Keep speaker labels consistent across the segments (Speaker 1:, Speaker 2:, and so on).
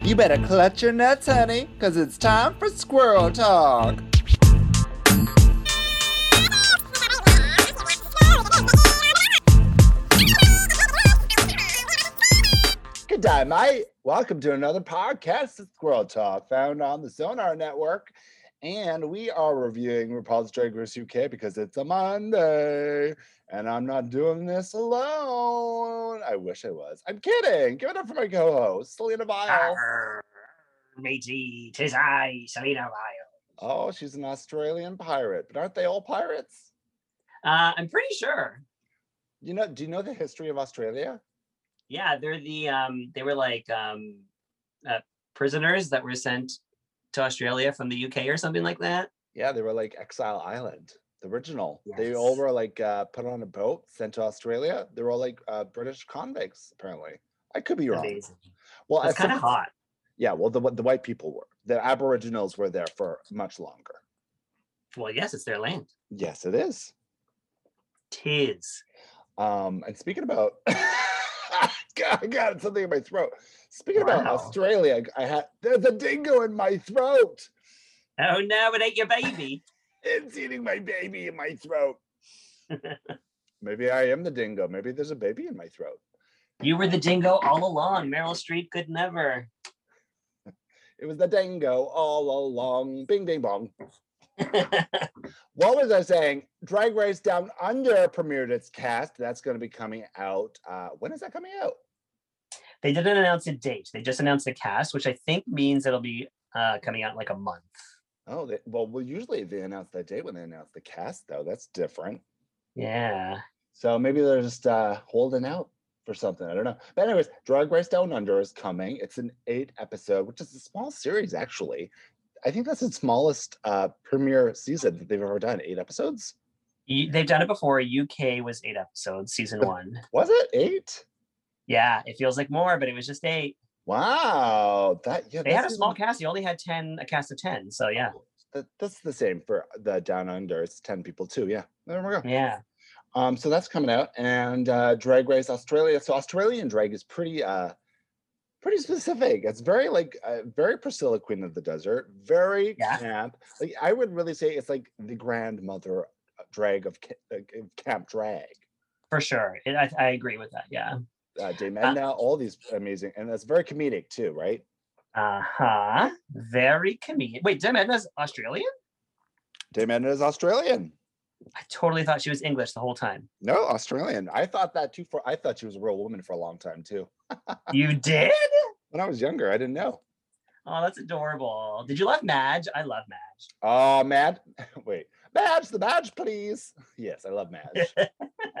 Speaker 1: You better clutch your nuts, honey, because it's time for squirrel talk. Good day, mate. Welcome to another podcast of Squirrel Talk, found on the Sonar Network. And we are reviewing RuPaul's Drag Race UK because it's a Monday. And I'm not doing this alone. I wish I was. I'm kidding. Give it up for my co host, Selena
Speaker 2: Oh.
Speaker 1: Vile.
Speaker 2: Arr, matey, tis I, Selena Lyle.
Speaker 1: Oh, she's an Australian pirate. But aren't they all pirates?
Speaker 2: Uh, I'm pretty sure.
Speaker 1: You know, do you know the history of Australia?
Speaker 2: Yeah, they're the um, they were like um, uh, prisoners that were sent to Australia from the UK or something like that.
Speaker 1: Yeah, they were like Exile Island, the original. They all
Speaker 2: Yes.
Speaker 1: were like uh, put on a boat, sent to Australia. They were all like uh, British convicts, apparently. I could be wrong.
Speaker 2: Amazing.
Speaker 1: Well,
Speaker 2: It's
Speaker 1: at some
Speaker 2: kind of
Speaker 1: po-
Speaker 2: hot.
Speaker 1: Yeah, well, the wh- the white people were. The Aboriginals were there for much longer.
Speaker 2: Well, yes, it's their land.
Speaker 1: Yes, it is.
Speaker 2: Tis.
Speaker 1: Um, and speaking about, God, I got something in my throat. Speaking about
Speaker 2: Wow.
Speaker 1: Australia, I had there's a dingo in my throat.
Speaker 2: Oh no, it ain't your baby.
Speaker 1: It's eating my baby in my throat. Maybe I am the dingo. Maybe there's a baby in my throat.
Speaker 2: you were the dingo all along. Meryl Streep could never.
Speaker 1: It was the dingo all along. Bing, ding, bong. What was I saying? Drag Race Down Under premiered its cast. That's going to be coming out. Uh, when is that coming out?
Speaker 2: they didn't announce a date. They just announced the cast, which I think means it'll be uh, coming out in like a month.
Speaker 1: Oh, they, well, well, usually they announce that date when they announce the cast, though. That's different.
Speaker 2: Yeah.
Speaker 1: So maybe they're just uh, holding out for something. I don't know. But anyways, Drag Race Down Under is coming. It's an eight episode, which is a small series actually. I think that's the smallest uh, premiere season that they've ever done. Eight episodes?
Speaker 2: Y- They've done it before. UK was eight episodes, season
Speaker 1: But-
Speaker 2: one.
Speaker 1: Was it eight?
Speaker 2: Yeah, it feels like more, but it was just eight.
Speaker 1: Wow, that yeah.
Speaker 2: They
Speaker 1: that
Speaker 2: had a small
Speaker 1: season-
Speaker 2: cast. You only had ten, a cast of ten. So yeah,
Speaker 1: that, that's the same for the Down Under. It's ten people too. Yeah, there we go.
Speaker 2: yeah.
Speaker 1: Um, so that's coming out, and uh, Drag Race Australia. So Australian drag is pretty, uh, pretty specific. It's very like uh, very Priscilla Queen of the Desert, very
Speaker 2: Yeah.
Speaker 1: camp. Like I would really say it's like the grandmother uh, drag of ca- uh, of camp drag.
Speaker 2: For sure, it, I, I agree with that. Yeah.
Speaker 1: Uh, Dame Edna, all these amazing, and that's very comedic too, right?
Speaker 2: Uh huh. Very comedic. Wait, Dame Edna's Australian?
Speaker 1: Dame Edna is Australian.
Speaker 2: I totally thought she was English the whole time.
Speaker 1: No, Australian. I thought that too. For I thought she was a real woman for a long time too.
Speaker 2: You did?
Speaker 1: When I was younger, I didn't know.
Speaker 2: Oh, that's adorable. Did you love Madge? I love Madge.
Speaker 1: Oh, Madge. Wait, Madge, the Madge, please. Yes, I love Madge.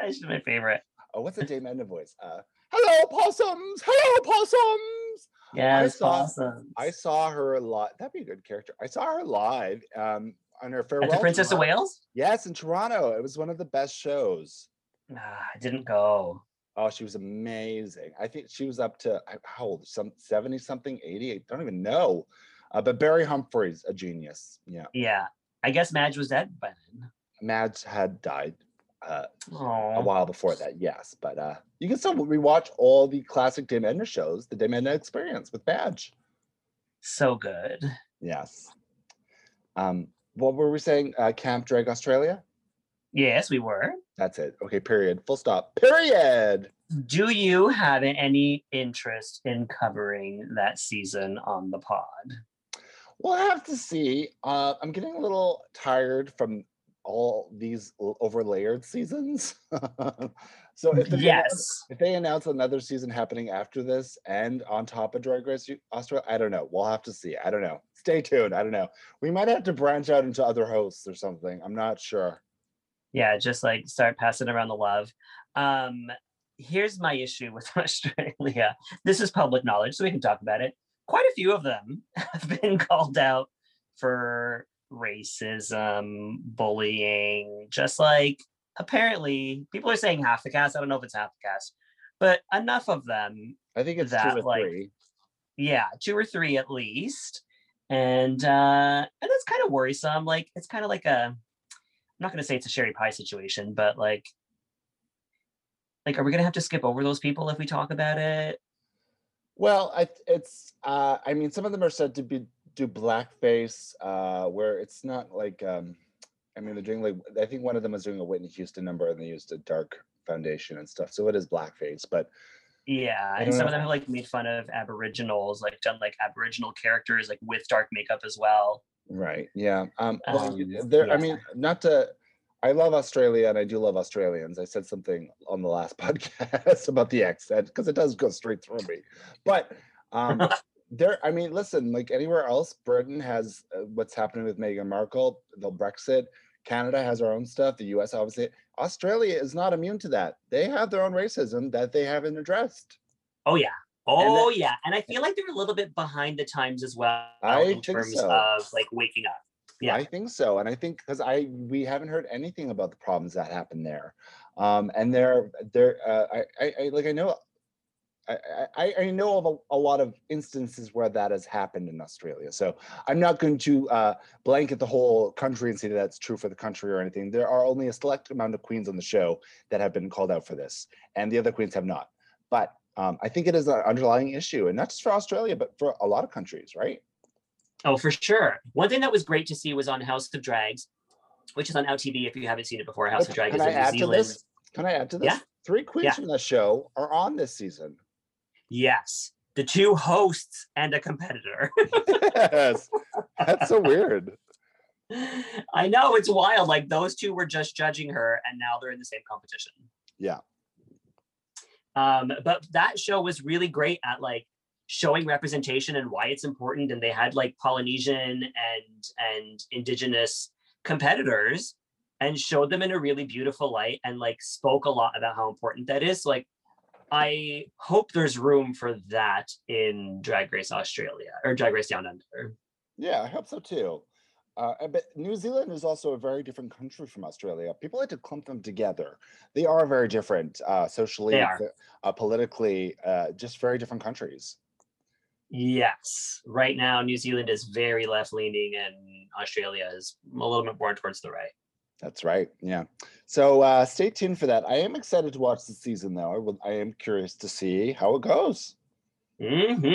Speaker 2: She's my favorite.
Speaker 1: oh, what's the Dame Edna voice? Uh, hello, possums. Hello, possums.
Speaker 2: Yeah, it's
Speaker 1: saw-
Speaker 2: awesome.
Speaker 1: I saw her live. That'd be a good character. I saw her live um, on her farewell.
Speaker 2: At the Princess of
Speaker 1: tour.
Speaker 2: Wales?
Speaker 1: Yes, in Toronto. It was one of the best shows.
Speaker 2: Nah, I didn't go.
Speaker 1: Oh, she was amazing. I think she was up to I- how old? Some seventy something, eighty. I don't even know. Uh, but Barry Humphries, a genius. Yeah,
Speaker 2: Yeah. I guess Madge was dead by then.
Speaker 1: Madge had died. Uh, a
Speaker 2: Oh,
Speaker 1: while before that, yes. But uh, you can still rewatch all the classic Dame Edna shows, the Dame Edna Experience with Badge.
Speaker 2: so good.
Speaker 1: Yes. Um, what were we saying? Uh, Camp Drag Australia?
Speaker 2: Yes, we were.
Speaker 1: That's it. Okay, period. Full stop. Period.
Speaker 2: Do you have any interest in covering that season on the pod?
Speaker 1: We'll have to see. Uh, I'm getting a little tired from all these l- overlayered seasons. so if they announce-
Speaker 2: Yes.
Speaker 1: if they announce another season happening after this and on top of Drag Race U- Australia, I don't know. We'll have to see. I don't know. Stay tuned. I don't know. We might have to branch out into other hosts or something. I'm not sure.
Speaker 2: Yeah, just like start passing around the love. Um, here's my issue with Australia. This is public knowledge, so we can talk about it. Quite a few of them have been called out for racism, bullying, just like apparently people are saying half the cast. I don't know if it's half the cast, but enough of them
Speaker 1: I think it's
Speaker 2: That,
Speaker 1: two or
Speaker 2: like,
Speaker 1: three.
Speaker 2: yeah two or three at least and uh and that's kind of worrisome like it's kind of like a i'm not going to say it's a sherry pie situation but like like are we going to have to skip over those people if we talk about it
Speaker 1: Well, I, it's uh, I mean, some of them are said to be do blackface, uh, where it's not like um, I mean, they're doing like I think one of them was doing a Whitney Houston number, and they used a dark foundation and stuff. So it is blackface, but
Speaker 2: Yeah,
Speaker 1: I
Speaker 2: and
Speaker 1: don't
Speaker 2: some
Speaker 1: know.
Speaker 2: of them have like made fun of Aboriginals, like done like Aboriginal characters like with dark makeup as well.
Speaker 1: Right. Yeah. Um, well, you-
Speaker 2: Um,
Speaker 1: there. I
Speaker 2: yeah.
Speaker 1: mean, not to. I love Australia, and I do love Australians. I said something on the last podcast about the accent because it does go straight through me. But um, there. I mean, listen. Like anywhere else, Britain has uh, what's happening with Meghan Markle, the Brexit. Canada has our own stuff. The U.S. obviously. Australia is not immune to that. They have their own racism that they haven't addressed.
Speaker 2: Oh yeah. Oh yeah. And I feel like they're a little bit behind the times as well
Speaker 1: I
Speaker 2: in
Speaker 1: think
Speaker 2: terms
Speaker 1: so.
Speaker 2: of like waking up. Yeah.
Speaker 1: I think so, and I think because I we haven't heard anything about the problems that happened there, um, and there there uh, I, I I like I know. I, I, I know of a, a lot of instances where that has happened in Australia. So I'm not going to uh, blanket the whole country and say that's true for the country or anything. There are only a select amount of queens on the show that have been called out for this, and the other queens have not. But um, I think it is an underlying issue, and not just for Australia, but for a lot of countries, right?
Speaker 2: Oh, for sure. One thing that was great to see was on House of Drags, which is on LTV if you haven't seen it before. House of
Speaker 1: Can-
Speaker 2: Drags
Speaker 1: can
Speaker 2: is
Speaker 1: I
Speaker 2: in New
Speaker 1: add to
Speaker 2: Zealand.
Speaker 1: this? Can I add to this?
Speaker 2: Yeah.
Speaker 1: Three queens
Speaker 2: Yeah.
Speaker 1: from the show are on this season.
Speaker 2: Yes. The two hosts and a competitor.
Speaker 1: yes. That's so weird.
Speaker 2: I know it's wild. Like those two were just judging her, and now they're in the same competition.
Speaker 1: Yeah.
Speaker 2: Um, but that show was really great at like showing representation and why it's important. And they had like Polynesian and and indigenous competitors and showed them in a really beautiful light and like spoke a lot about how important that is. So, like I hope there's room for that in Drag Race Australia or Drag Race Down Under.
Speaker 1: Yeah, I hope so too. Uh, uh, but New Zealand is also a very different country from Australia. People like to clump them together. They are very different uh, socially,
Speaker 2: They are.
Speaker 1: so- uh, politically, uh, just very different countries.
Speaker 2: Yes. Right now, New Zealand is very left leaning and Australia is a little bit more towards the right.
Speaker 1: That's right. Yeah. So uh, stay tuned for that. I am excited to watch the season, though. I, will, I am curious to see how it goes.
Speaker 2: hmm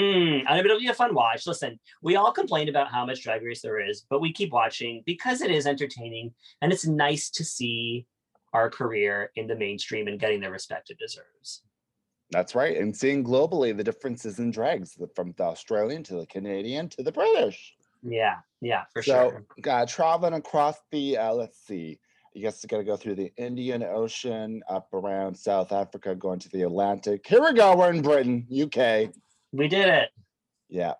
Speaker 2: And it'll be a fun watch. Listen, we all complain about how much drag race there is, but we keep watching because it is entertaining and it's nice to see our career in the mainstream and getting the respect it deserves.
Speaker 1: That's right. And seeing globally the differences in drags the- from the Australian to the Canadian to the British.
Speaker 2: Yeah, yeah, for
Speaker 1: so,
Speaker 2: sure.
Speaker 1: uh, traveling across the, uh, let's see, you guys got to go through the Indian Ocean, up around South Africa, going to the Atlantic. Here we go. We're in Britain, UK.
Speaker 2: We did it.
Speaker 1: Yeah.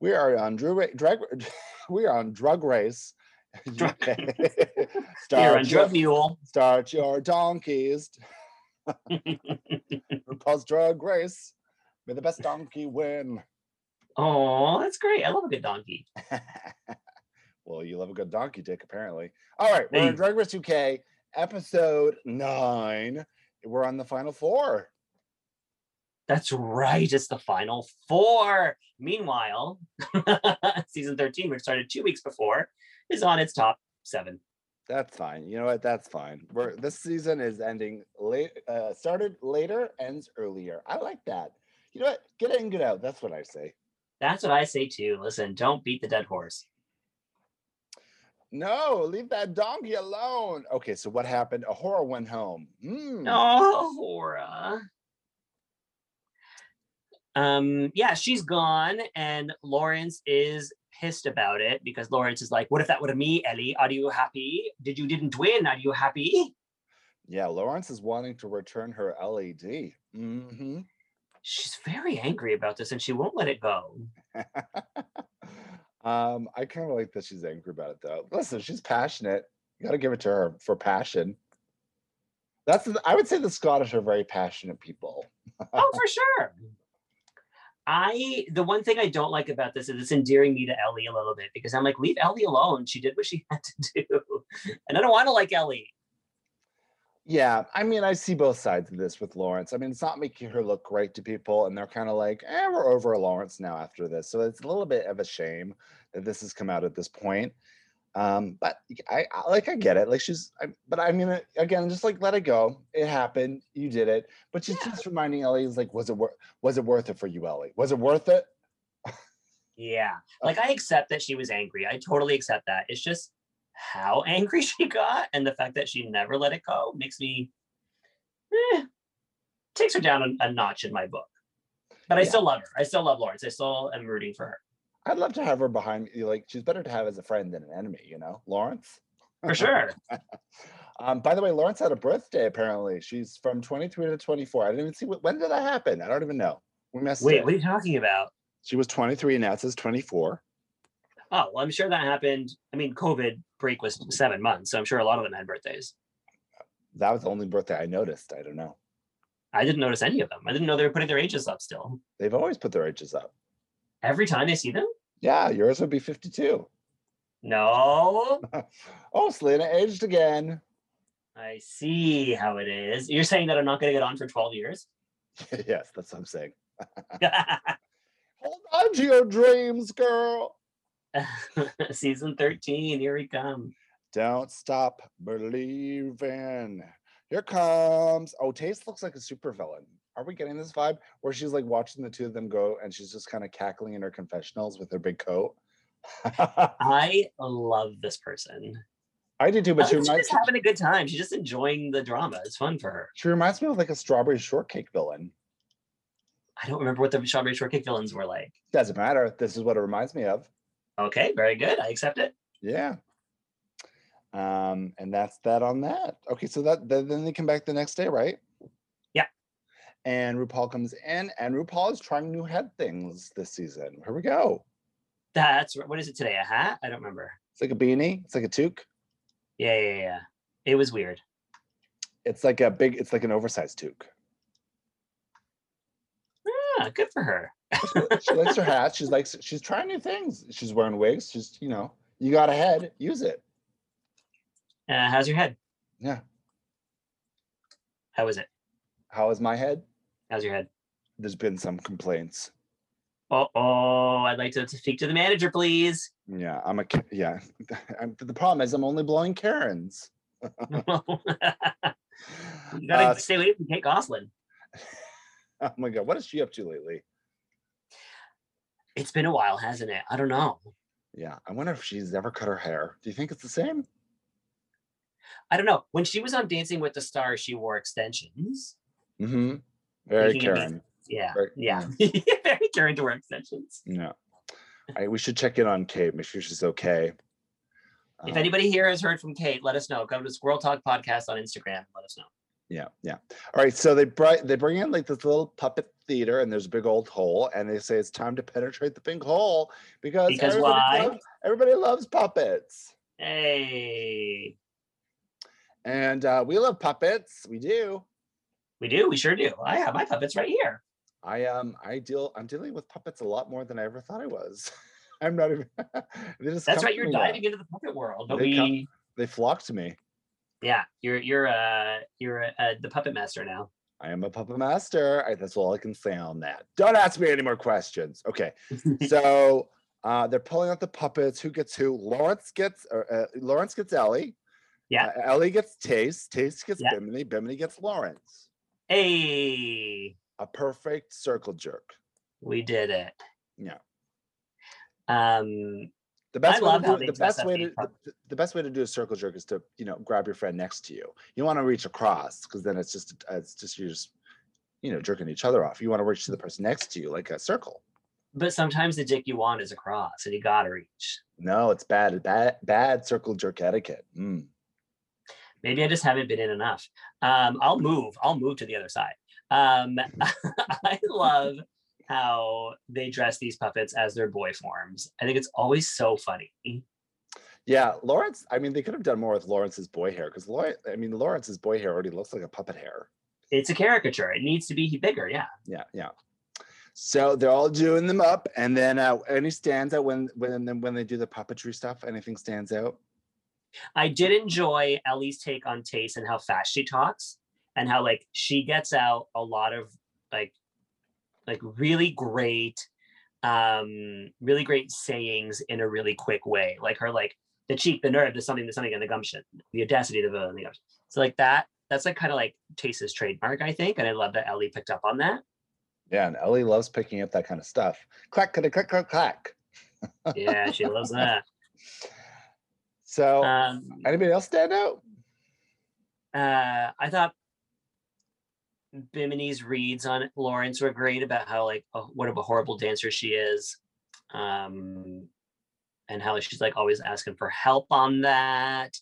Speaker 1: We are on Drew, Ra- drag, we are on Drug Race.
Speaker 2: Drug-
Speaker 1: UK.
Speaker 2: Here
Speaker 1: Start
Speaker 2: on
Speaker 1: your-
Speaker 2: Drug Mule.
Speaker 1: start your donkeys. RuPaul's Drug Race. May the best donkey win.
Speaker 2: Oh, that's great. I love a good donkey.
Speaker 1: well, you love a good donkey dick, apparently. All right, we're on
Speaker 2: Hey.
Speaker 1: Drag Race UK, episode nine. We're on the final four.
Speaker 2: That's right. It's the final four. Meanwhile, season 13, which started two weeks before, is on its top seven.
Speaker 1: That's fine. You know what? That's fine. We're this season is ending late. Uh, started later, ends earlier. I like that. You know what? Get in, get out. That's what I say.
Speaker 2: That's what I say too. Listen, don't beat the dead horse.
Speaker 1: No, leave that donkey alone. Okay, so what happened? A horror went home. Hmm.
Speaker 2: Oh, Hora. Um, yeah, she's gone, and Lawrence is pissed about it because Lawrence is like, "What if that were me, Ellie? Are you happy? Did you didn't win? Are you happy?"
Speaker 1: Yeah, Lawrence is wanting to return her LED. hmm
Speaker 2: She's very angry about this, and she won't let it go.
Speaker 1: um, I kind of like that she's angry about it though. Listen, she's passionate. You got to give it to her for passion. That's the, I would say the Scottish are very passionate people.
Speaker 2: oh, for sure. I the one thing I don't like about this is it's endearing me to Ellie a little bit because I'm like, leave Ellie alone. She did what she had to do. And I don't want to like Ellie.
Speaker 1: Yeah, I mean, I see both sides of this with Lawrence. I mean, it's not making her look great to people, and they're kind of like, "Eh, we're over Lawrence now after this." So it's a little bit of a shame that this has come out at this point. Um, but I, I like I get it. Like she's, I, but I'm gonna again just like let it go. It happened. You did it. But she's
Speaker 2: Yeah.
Speaker 1: just reminding Ellie, is like, was it worth? Was it worth it for you, Ellie? Was it worth it?
Speaker 2: Yeah. Like I accept that she was angry. I totally accept that. It's just how angry she got and the fact that she never let it go makes me eh, takes her down a, a notch in my book. But I
Speaker 1: Yeah.
Speaker 2: still love her. I still love Lawrence. I still am rooting for her.
Speaker 1: I'd love to have her behind me. Like she's better to have as a friend than an enemy. You know, Lawrence.
Speaker 2: For sure.
Speaker 1: Um, by the way, Lawrence had a birthday. Apparently, she's from 23 to 24. I didn't even see what, when did that happen. I don't even know. We messed
Speaker 2: Wait,
Speaker 1: up.
Speaker 2: what are you talking about?
Speaker 1: She was 23 and now it says 24.
Speaker 2: Oh, well, I'm sure that happened. I mean, COVID break was seven months, so I'm sure a lot of them had birthdays.
Speaker 1: That was the only birthday I noticed. I don't know.
Speaker 2: I didn't notice any of them. I didn't know they were putting their ages up still.
Speaker 1: They've always put their ages up.
Speaker 2: Every time I see them?
Speaker 1: Yeah, yours would be 52.
Speaker 2: No.
Speaker 1: Oh, Selena aged again.
Speaker 2: I see how it is. You're saying that I'm not going to get on for 12 years?
Speaker 1: yes, that's what I'm saying. Hold on to your dreams, girl.
Speaker 2: Season 13, here we come.
Speaker 1: Don't stop believing. Here comes. Oh, Taste looks like a supervillain. Are we getting this vibe where she's like watching the two of them go and she's just kind of cackling in her confessionals with her big coat?
Speaker 2: I love this person.
Speaker 1: I did too,
Speaker 2: I
Speaker 1: but
Speaker 2: think
Speaker 1: she
Speaker 2: she's
Speaker 1: reminds,
Speaker 2: just having a good time. She's just enjoying the drama. It's fun for her.
Speaker 1: she reminds me of like a strawberry shortcake villain.
Speaker 2: I don't remember what the Strawberry Shortcake villains were like.
Speaker 1: Doesn't matter. This is what it reminds me of.
Speaker 2: Okay, very good. I accept it.
Speaker 1: Yeah. Um, and that's that on that. Okay, so that th- then they come back the next day, right?
Speaker 2: Yeah.
Speaker 1: And RuPaul comes in, and RuPaul is trying new head things this season. Here we go.
Speaker 2: That's what is it today? A hat? I don't remember.
Speaker 1: It's like a beanie. It's like a toque.
Speaker 2: Yeah, yeah, yeah. It was weird.
Speaker 1: It's like a big. It's like an oversized toque.
Speaker 2: Ah, good for her.
Speaker 1: She likes her hat. She's like she's trying new things. She's wearing wigs. She's you know you got a head. Use it.
Speaker 2: Uh, how's your head?
Speaker 1: Yeah.
Speaker 2: How is it?
Speaker 1: How is my head?
Speaker 2: How's your head?
Speaker 1: There's been some complaints.
Speaker 2: Oh, oh, I'd like to, to speak to the manager, please.
Speaker 1: Yeah, I'm a Ka- yeah. I'm, the problem is I'm only blowing Karens.
Speaker 2: you gotta
Speaker 1: Uh,
Speaker 2: stay away from Kate Goslin.
Speaker 1: Oh my god, what is she up to lately?
Speaker 2: It's been a while, hasn't it? I don't know.
Speaker 1: Yeah, I wonder if she's ever cut her hair. Do you think it's the same?
Speaker 2: I don't know. When she was on Dancing with the Stars, she wore extensions.
Speaker 1: Mm-hmm. Very
Speaker 2: Thinking of me.
Speaker 1: Karen.
Speaker 2: Yeah.
Speaker 1: Very-
Speaker 2: yeah. Very caring to wear extensions.
Speaker 1: Yeah. I, we should check in on Kate, make sure she's okay.
Speaker 2: If
Speaker 1: Um,
Speaker 2: anybody here has heard from Kate, let us know. Go to Squirrel Talk Podcast on Instagram. and Let us know.
Speaker 1: Yeah, yeah. All right, so they brought they bring in like this little puppet theater, and there's a big old hole, and they say it's time to penetrate the big hole because
Speaker 2: Because
Speaker 1: everybody
Speaker 2: why?
Speaker 1: loves- everybody loves puppets,
Speaker 2: Hey,
Speaker 1: and uh, we love puppets. We do.
Speaker 2: we do. We sure do. I have my puppets right here.
Speaker 1: I um I deal I'm dealing with puppets a lot more than I ever thought I was. I'm not even they just
Speaker 2: That's
Speaker 1: come
Speaker 2: right.
Speaker 1: to
Speaker 2: You're
Speaker 1: me now.
Speaker 2: diving into the puppet world, but
Speaker 1: They come-
Speaker 2: we,
Speaker 1: They flock to me.
Speaker 2: yeah, you're you're uh you're uh, the puppet master now.
Speaker 1: I am a puppet master. I, that's all I can say on that. Don't ask me any more questions. Okay. So uh, they're pulling out the puppets. Who gets who? Lawrence gets or, uh, Lawrence gets Ellie.
Speaker 2: Yeah.
Speaker 1: Uh, Ellie gets Taste. Taste gets
Speaker 2: Yeah.
Speaker 1: Bimini. Bimini gets Lawrence.
Speaker 2: Hey,
Speaker 1: A perfect circle jerk.
Speaker 2: we did it.
Speaker 1: Yeah.
Speaker 2: Um,
Speaker 1: The best way
Speaker 2: love
Speaker 1: to
Speaker 2: how
Speaker 1: do,
Speaker 2: they
Speaker 1: it- the
Speaker 2: dress
Speaker 1: best
Speaker 2: up
Speaker 1: way
Speaker 2: these
Speaker 1: to the, the- the best way to do a circle jerk is to you know grab your friend next to you. You want to reach across because then it's just it's just you're just you know jerking each other off. You want to reach to the person next to you like a circle.
Speaker 2: but sometimes the dick you want is a cross, and you gotta reach.
Speaker 1: No, it's bad bad bad circle jerk etiquette. Mm.
Speaker 2: Maybe I just haven't been in enough. Um, I'll move. I'll move to the other side. Um, I love how they dress these puppets as their boy forms. I think it's always so funny.
Speaker 1: Yeah, Lawrence. I mean, they could have done more with Lawrence's boy hair because Lawrence. I mean, Lawrence's boy hair already looks like a puppet hair.
Speaker 2: It's a caricature. It needs to be bigger. Yeah.
Speaker 1: Yeah, yeah. So they're all doing them up, and then uh, any stands out when when then when they do the puppetry stuff. Anything stands out?
Speaker 2: I did enjoy Ellie's take on taste and how fast she talks and how like she gets out a lot of like like really great um really great sayings in a really quick way. Like her like the cheek, the nerve, the something, the something, and the gumption, the audacity, the will, and the gumption. So like that, that's like kind of like Chase's trademark, I think. And I love that Ellie picked up on that.
Speaker 1: Yeah, and Ellie loves picking up that kind of stuff. Clack, clack, clack, clack, clack.
Speaker 2: Yeah, she loves that.
Speaker 1: So,
Speaker 2: Um,
Speaker 1: anybody else stand out?
Speaker 2: uh, I thought Bimini's reads on Lawrence were great about how like a, what a horrible dancer she is, um, and how she's like always asking for help on that.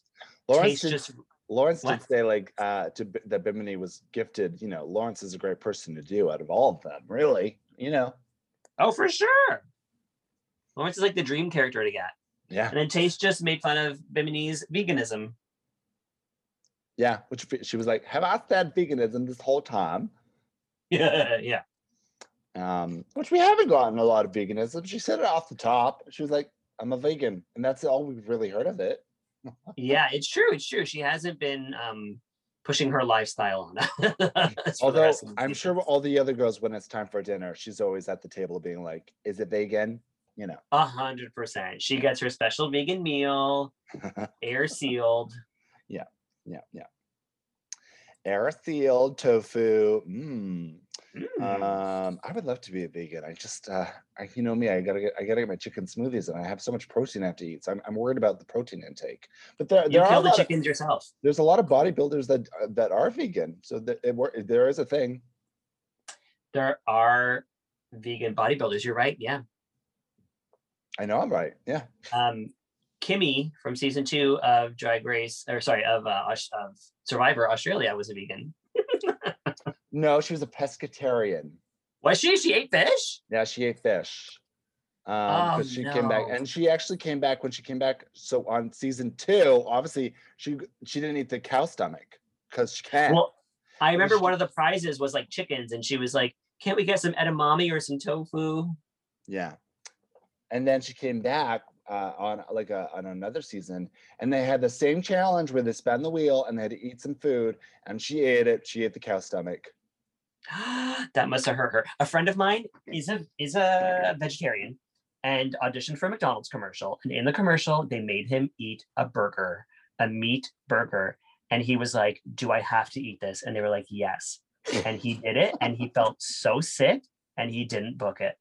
Speaker 1: Lawrence
Speaker 2: Chase
Speaker 1: did,
Speaker 2: just
Speaker 1: Lawrence did
Speaker 2: what?
Speaker 1: say like uh, to B- that Bimini was gifted. You know, Lawrence is a great person to do out of all of them, really. You know,
Speaker 2: oh for sure. Lawrence is like the dream character to get,
Speaker 1: yeah,
Speaker 2: and then Chase just made fun of Bimini's veganism.
Speaker 1: yeah. Which fe- she was like, "Have I said veganism this whole time?"
Speaker 2: Yeah, yeah.
Speaker 1: Um, which we haven't gotten a lot of veganism. She said it off the top. She was like, "I'm a vegan," and that's all we've really heard of it.
Speaker 2: Yeah, it's true. It's true. She hasn't been um pushing her lifestyle on us. for the
Speaker 1: Although
Speaker 2: rest of the
Speaker 1: I'm
Speaker 2: season.
Speaker 1: sure all the other girls, when it's time for dinner, she's always at the table being like, "Is it vegan?" You know.
Speaker 2: a hundred percent. She gets her special vegan meal, air sealed.
Speaker 1: Yeah, yeah. Air sealed tofu. Mmm.
Speaker 2: Hmm. Mm.
Speaker 1: Um, I would love to be a vegan. I just, uh, I, you know me, I gotta get, I gotta get my chicken smoothies, and I have so much protein I have to eat. So I'm, I'm worried about the protein intake. But there,
Speaker 2: you
Speaker 1: there are a
Speaker 2: kill the
Speaker 1: lot of,
Speaker 2: chickens yourself.
Speaker 1: there's a lot of bodybuilders that uh, that are vegan. So that it, wor- there is a thing.
Speaker 2: There are vegan bodybuilders. You're right. Yeah.
Speaker 1: I know I'm right. Yeah.
Speaker 2: Um, Kimmy from season two of Drag Race, or sorry, of, uh, Aus- of Survivor Australia was a vegan.
Speaker 1: No, she was a pescatarian.
Speaker 2: Was she? She ate fish?
Speaker 1: Yeah, she ate fish. Um,
Speaker 2: Oh,
Speaker 1: because she came back,
Speaker 2: no.
Speaker 1: and she actually came back when she came back. So on season two, obviously she g- she didn't eat the cow stomach because she can't.
Speaker 2: Well, I remember
Speaker 1: she-
Speaker 2: one of the prizes was like chickens, and she was like, can't we get some edamame or some tofu?
Speaker 1: Yeah. And then she came back uh, on like a, on another season, and they had the same challenge where they spun the wheel and they had to eat some food, and she ate it. She ate the cow stomach.
Speaker 2: that must have hurt her. A friend of mine is a is a vegetarian and auditioned for a McDonald's commercial. And in the commercial, they made him eat a burger, a meat burger. And he was like, Do I have to eat this? And they were like, Yes. And he did it and he felt so sick and he didn't book it.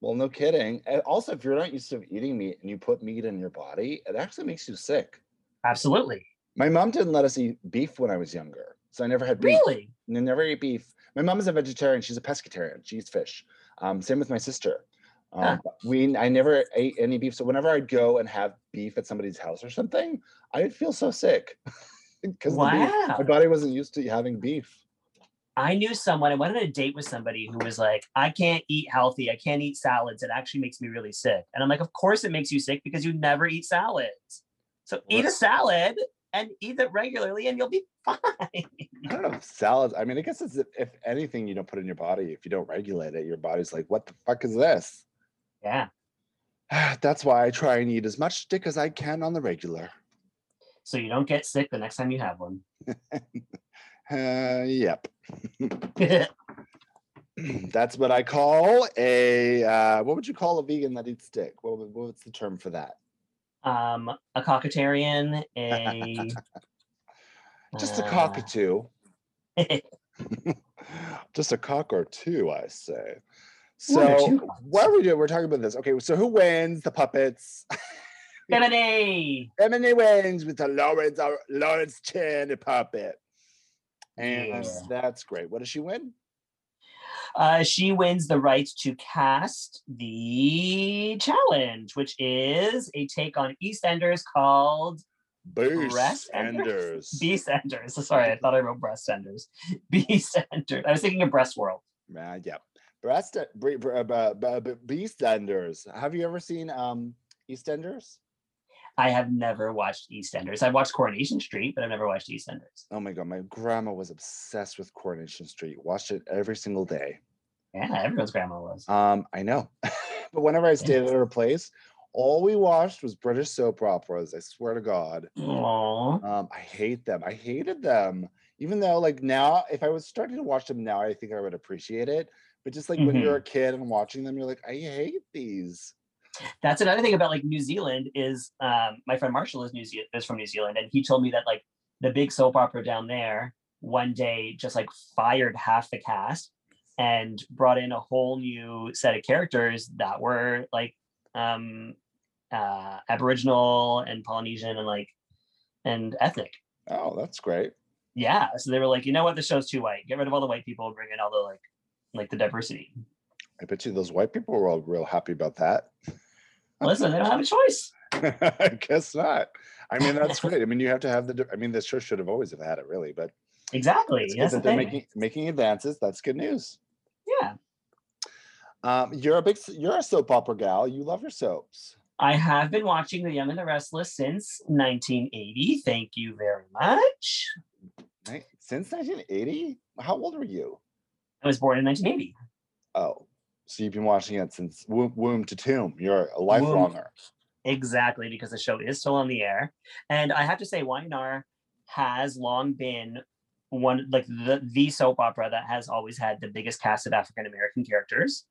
Speaker 1: Well, no kidding. And also, if you're not used to eating meat and you put meat in your body, it actually makes you sick.
Speaker 2: Absolutely.
Speaker 1: My mom didn't let us eat beef when I was younger, so I never had beef.
Speaker 2: Really?
Speaker 1: and I never eat beef. My mom is a vegetarian. She's a pescatarian. She eats fish. Um, same with my sister. Um,
Speaker 2: Huh.
Speaker 1: but we I never ate any beef. So whenever I'd go and have beef at somebody's house or something, I'd feel so sick because
Speaker 2: Wow.
Speaker 1: my body wasn't used to having beef.
Speaker 2: I knew someone, I went on a date with somebody who was like, I can't eat healthy. I can't eat salads. It actually makes me really sick. And I'm like, Of course it makes you sick because you never eat salads. So eat a
Speaker 1: Right.
Speaker 2: salad and eat it regularly and you'll be fine.
Speaker 1: I don't know if salads. I mean, I guess it's if- if anything you don't put in your body, if you don't regulate it, your body's like, what the fuck is this?
Speaker 2: Yeah.
Speaker 1: That's why I try and eat as much dick as I can on the regular.
Speaker 2: So you don't get sick the next time you have one.
Speaker 1: Uh, yep. That's what I call a uh, what would you call a vegan that eats dick? What, would- what's the term for that?
Speaker 2: um, a cockatarian, a
Speaker 1: Just a
Speaker 2: uh,
Speaker 1: cockatoo. Just a cock or two, I say.
Speaker 2: One or
Speaker 1: So
Speaker 2: two cocks.
Speaker 1: what are we doing? We're talking about this. Okay, so who wins? The puppets.
Speaker 2: Bimini.
Speaker 1: Emily wins with the Lawrence uh, Lawrence Chan puppet. And
Speaker 2: Yeah.
Speaker 1: that's great. What does she win?
Speaker 2: Uh, she wins the right to cast the challenge, which is a take on EastEnders called
Speaker 1: Bruce
Speaker 2: Breast and
Speaker 1: Enders.
Speaker 2: Beastenders. Sorry, I thought I wrote breastenders. Beastenders. I was thinking of breast world.
Speaker 1: Uh, yeah. Breast, bre- bre- uh, b- b- b- Beastenders. Have you ever seen um EastEnders?
Speaker 2: I have never watched EastEnders. I've watched Coronation Street, but I've never watched EastEnders.
Speaker 1: Oh my god, my grandma was obsessed with Coronation Street. Watched it every single day.
Speaker 2: Yeah, everyone's grandma was.
Speaker 1: Um, I know, but whenever I stayed at her place, all we watched was British soap operas. I swear to God,
Speaker 2: Aww.
Speaker 1: um, I hate them. I hated them. Even though, like now, if I was starting to watch them now, I think I would appreciate it. But just like when you're a kid and watching them, you're like, I hate these.
Speaker 2: That's another thing about like New Zealand is um, my friend Marshall is New Ze- is from New Zealand, and he told me that like the big soap opera down there one day just like fired half the cast and brought in a whole new set of characters that were like um, uh, Aboriginal and Polynesian and like and ethnic.
Speaker 1: Oh, that's great.
Speaker 2: Yeah, so they were like, you know what, the show's too white. Get rid of all the white people, bring in all the like like the diversity.
Speaker 1: I bet you those white people were all real happy about that.
Speaker 2: Listen, they don't have a choice.
Speaker 1: I guess not. I mean, that's great. I mean, you have to have the. I mean, the show should have always have had it, really. But
Speaker 2: Exactly.
Speaker 1: it's good
Speaker 2: That's the
Speaker 1: that they're
Speaker 2: thing.
Speaker 1: making making advances. That's good news.
Speaker 2: yeah.
Speaker 1: Um, you're a big. s- You're a soap opera gal. You love your soaps.
Speaker 2: I have been watching The Young and the Restless since 1980. Thank you very much.
Speaker 1: Ni- Since 1980, how old were you?
Speaker 2: I was born in 1980.
Speaker 1: Oh, so you've been watching it since womb, womb to tomb. You're a lifelonger.
Speaker 2: Exactly, because the show is still on the air. And I have to say, YNR has long been one like the the soap opera that has always had the biggest cast of African American characters.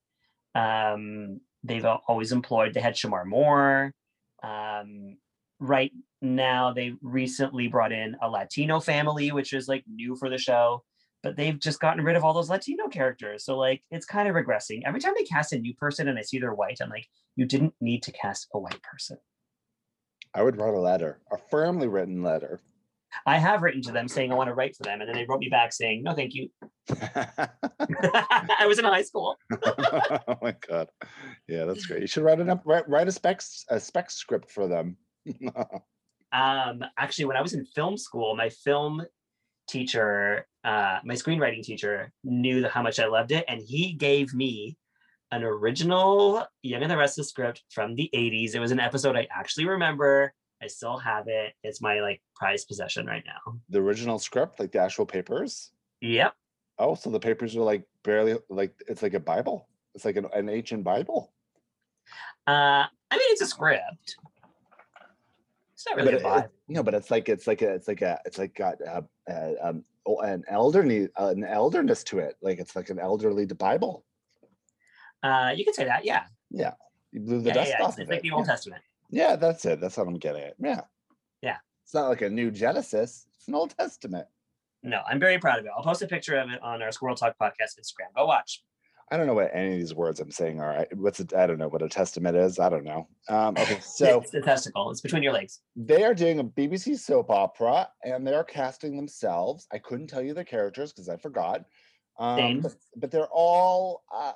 Speaker 2: Um, they've al- always employed. They had Shamar Moore. Um, right now, they recently brought in a Latino family, which is like new for the show. But they've just gotten rid of all those Latino characters, so like it's kind of regressing. Every time they cast a new person and I see they're white, I'm like, you didn't need to cast a white person.
Speaker 1: I would write a letter, a firmly written letter.
Speaker 2: I have written to them saying I want to write for them, and then they wrote me back saying, no, thank you. I was in high school.
Speaker 1: oh my god, yeah, that's great. You should write an up, write, write a spec a spec script for them.
Speaker 2: Um, actually, when I was in film school, my film teacher, uh, my screenwriting teacher, knew how much I loved it, and he gave me an original Young and the Restless script from the 80s. It was an episode I actually remember. I still have it. It's my like prized possession right now.
Speaker 1: the original script, like the actual papers.
Speaker 2: Yep.
Speaker 1: Oh, so the papers are like barely like it's like a Bible. It's like an, an ancient Bible.
Speaker 2: Uh, I mean, it's a script. It's not really
Speaker 1: but
Speaker 2: a
Speaker 1: it-
Speaker 2: Bible.
Speaker 1: it- no, but it's like it's like a it's like a it's like got a, a, um, o- an elderly an elderness to it. Like it's like an elderly Bible.
Speaker 2: Uh, you could say that, yeah.
Speaker 1: You blew the
Speaker 2: Yeah, yeah,
Speaker 1: dust
Speaker 2: yeah.
Speaker 1: off
Speaker 2: It's,
Speaker 1: of
Speaker 2: it's
Speaker 1: it.
Speaker 2: like the
Speaker 1: yeah.
Speaker 2: Old Testament.
Speaker 1: Yeah, that's it. That's what I'm getting at. Yeah.
Speaker 2: Yeah.
Speaker 1: It's not like a new Genesis. It's an Old Testament.
Speaker 2: No, I'm very proud of it. I'll post a picture of it on our Squirrel Talk podcast Instagram. Go watch.
Speaker 1: I don't know what any of these words I'm saying are. I- What's it? I don't know what a testament is. I don't know. Um, okay, so
Speaker 2: it's the testicle. It's between your legs.
Speaker 1: they are doing a BBC soap opera and they're casting themselves. I couldn't tell you the characters because I forgot. Um,
Speaker 2: Same.
Speaker 1: but, but they're all uh,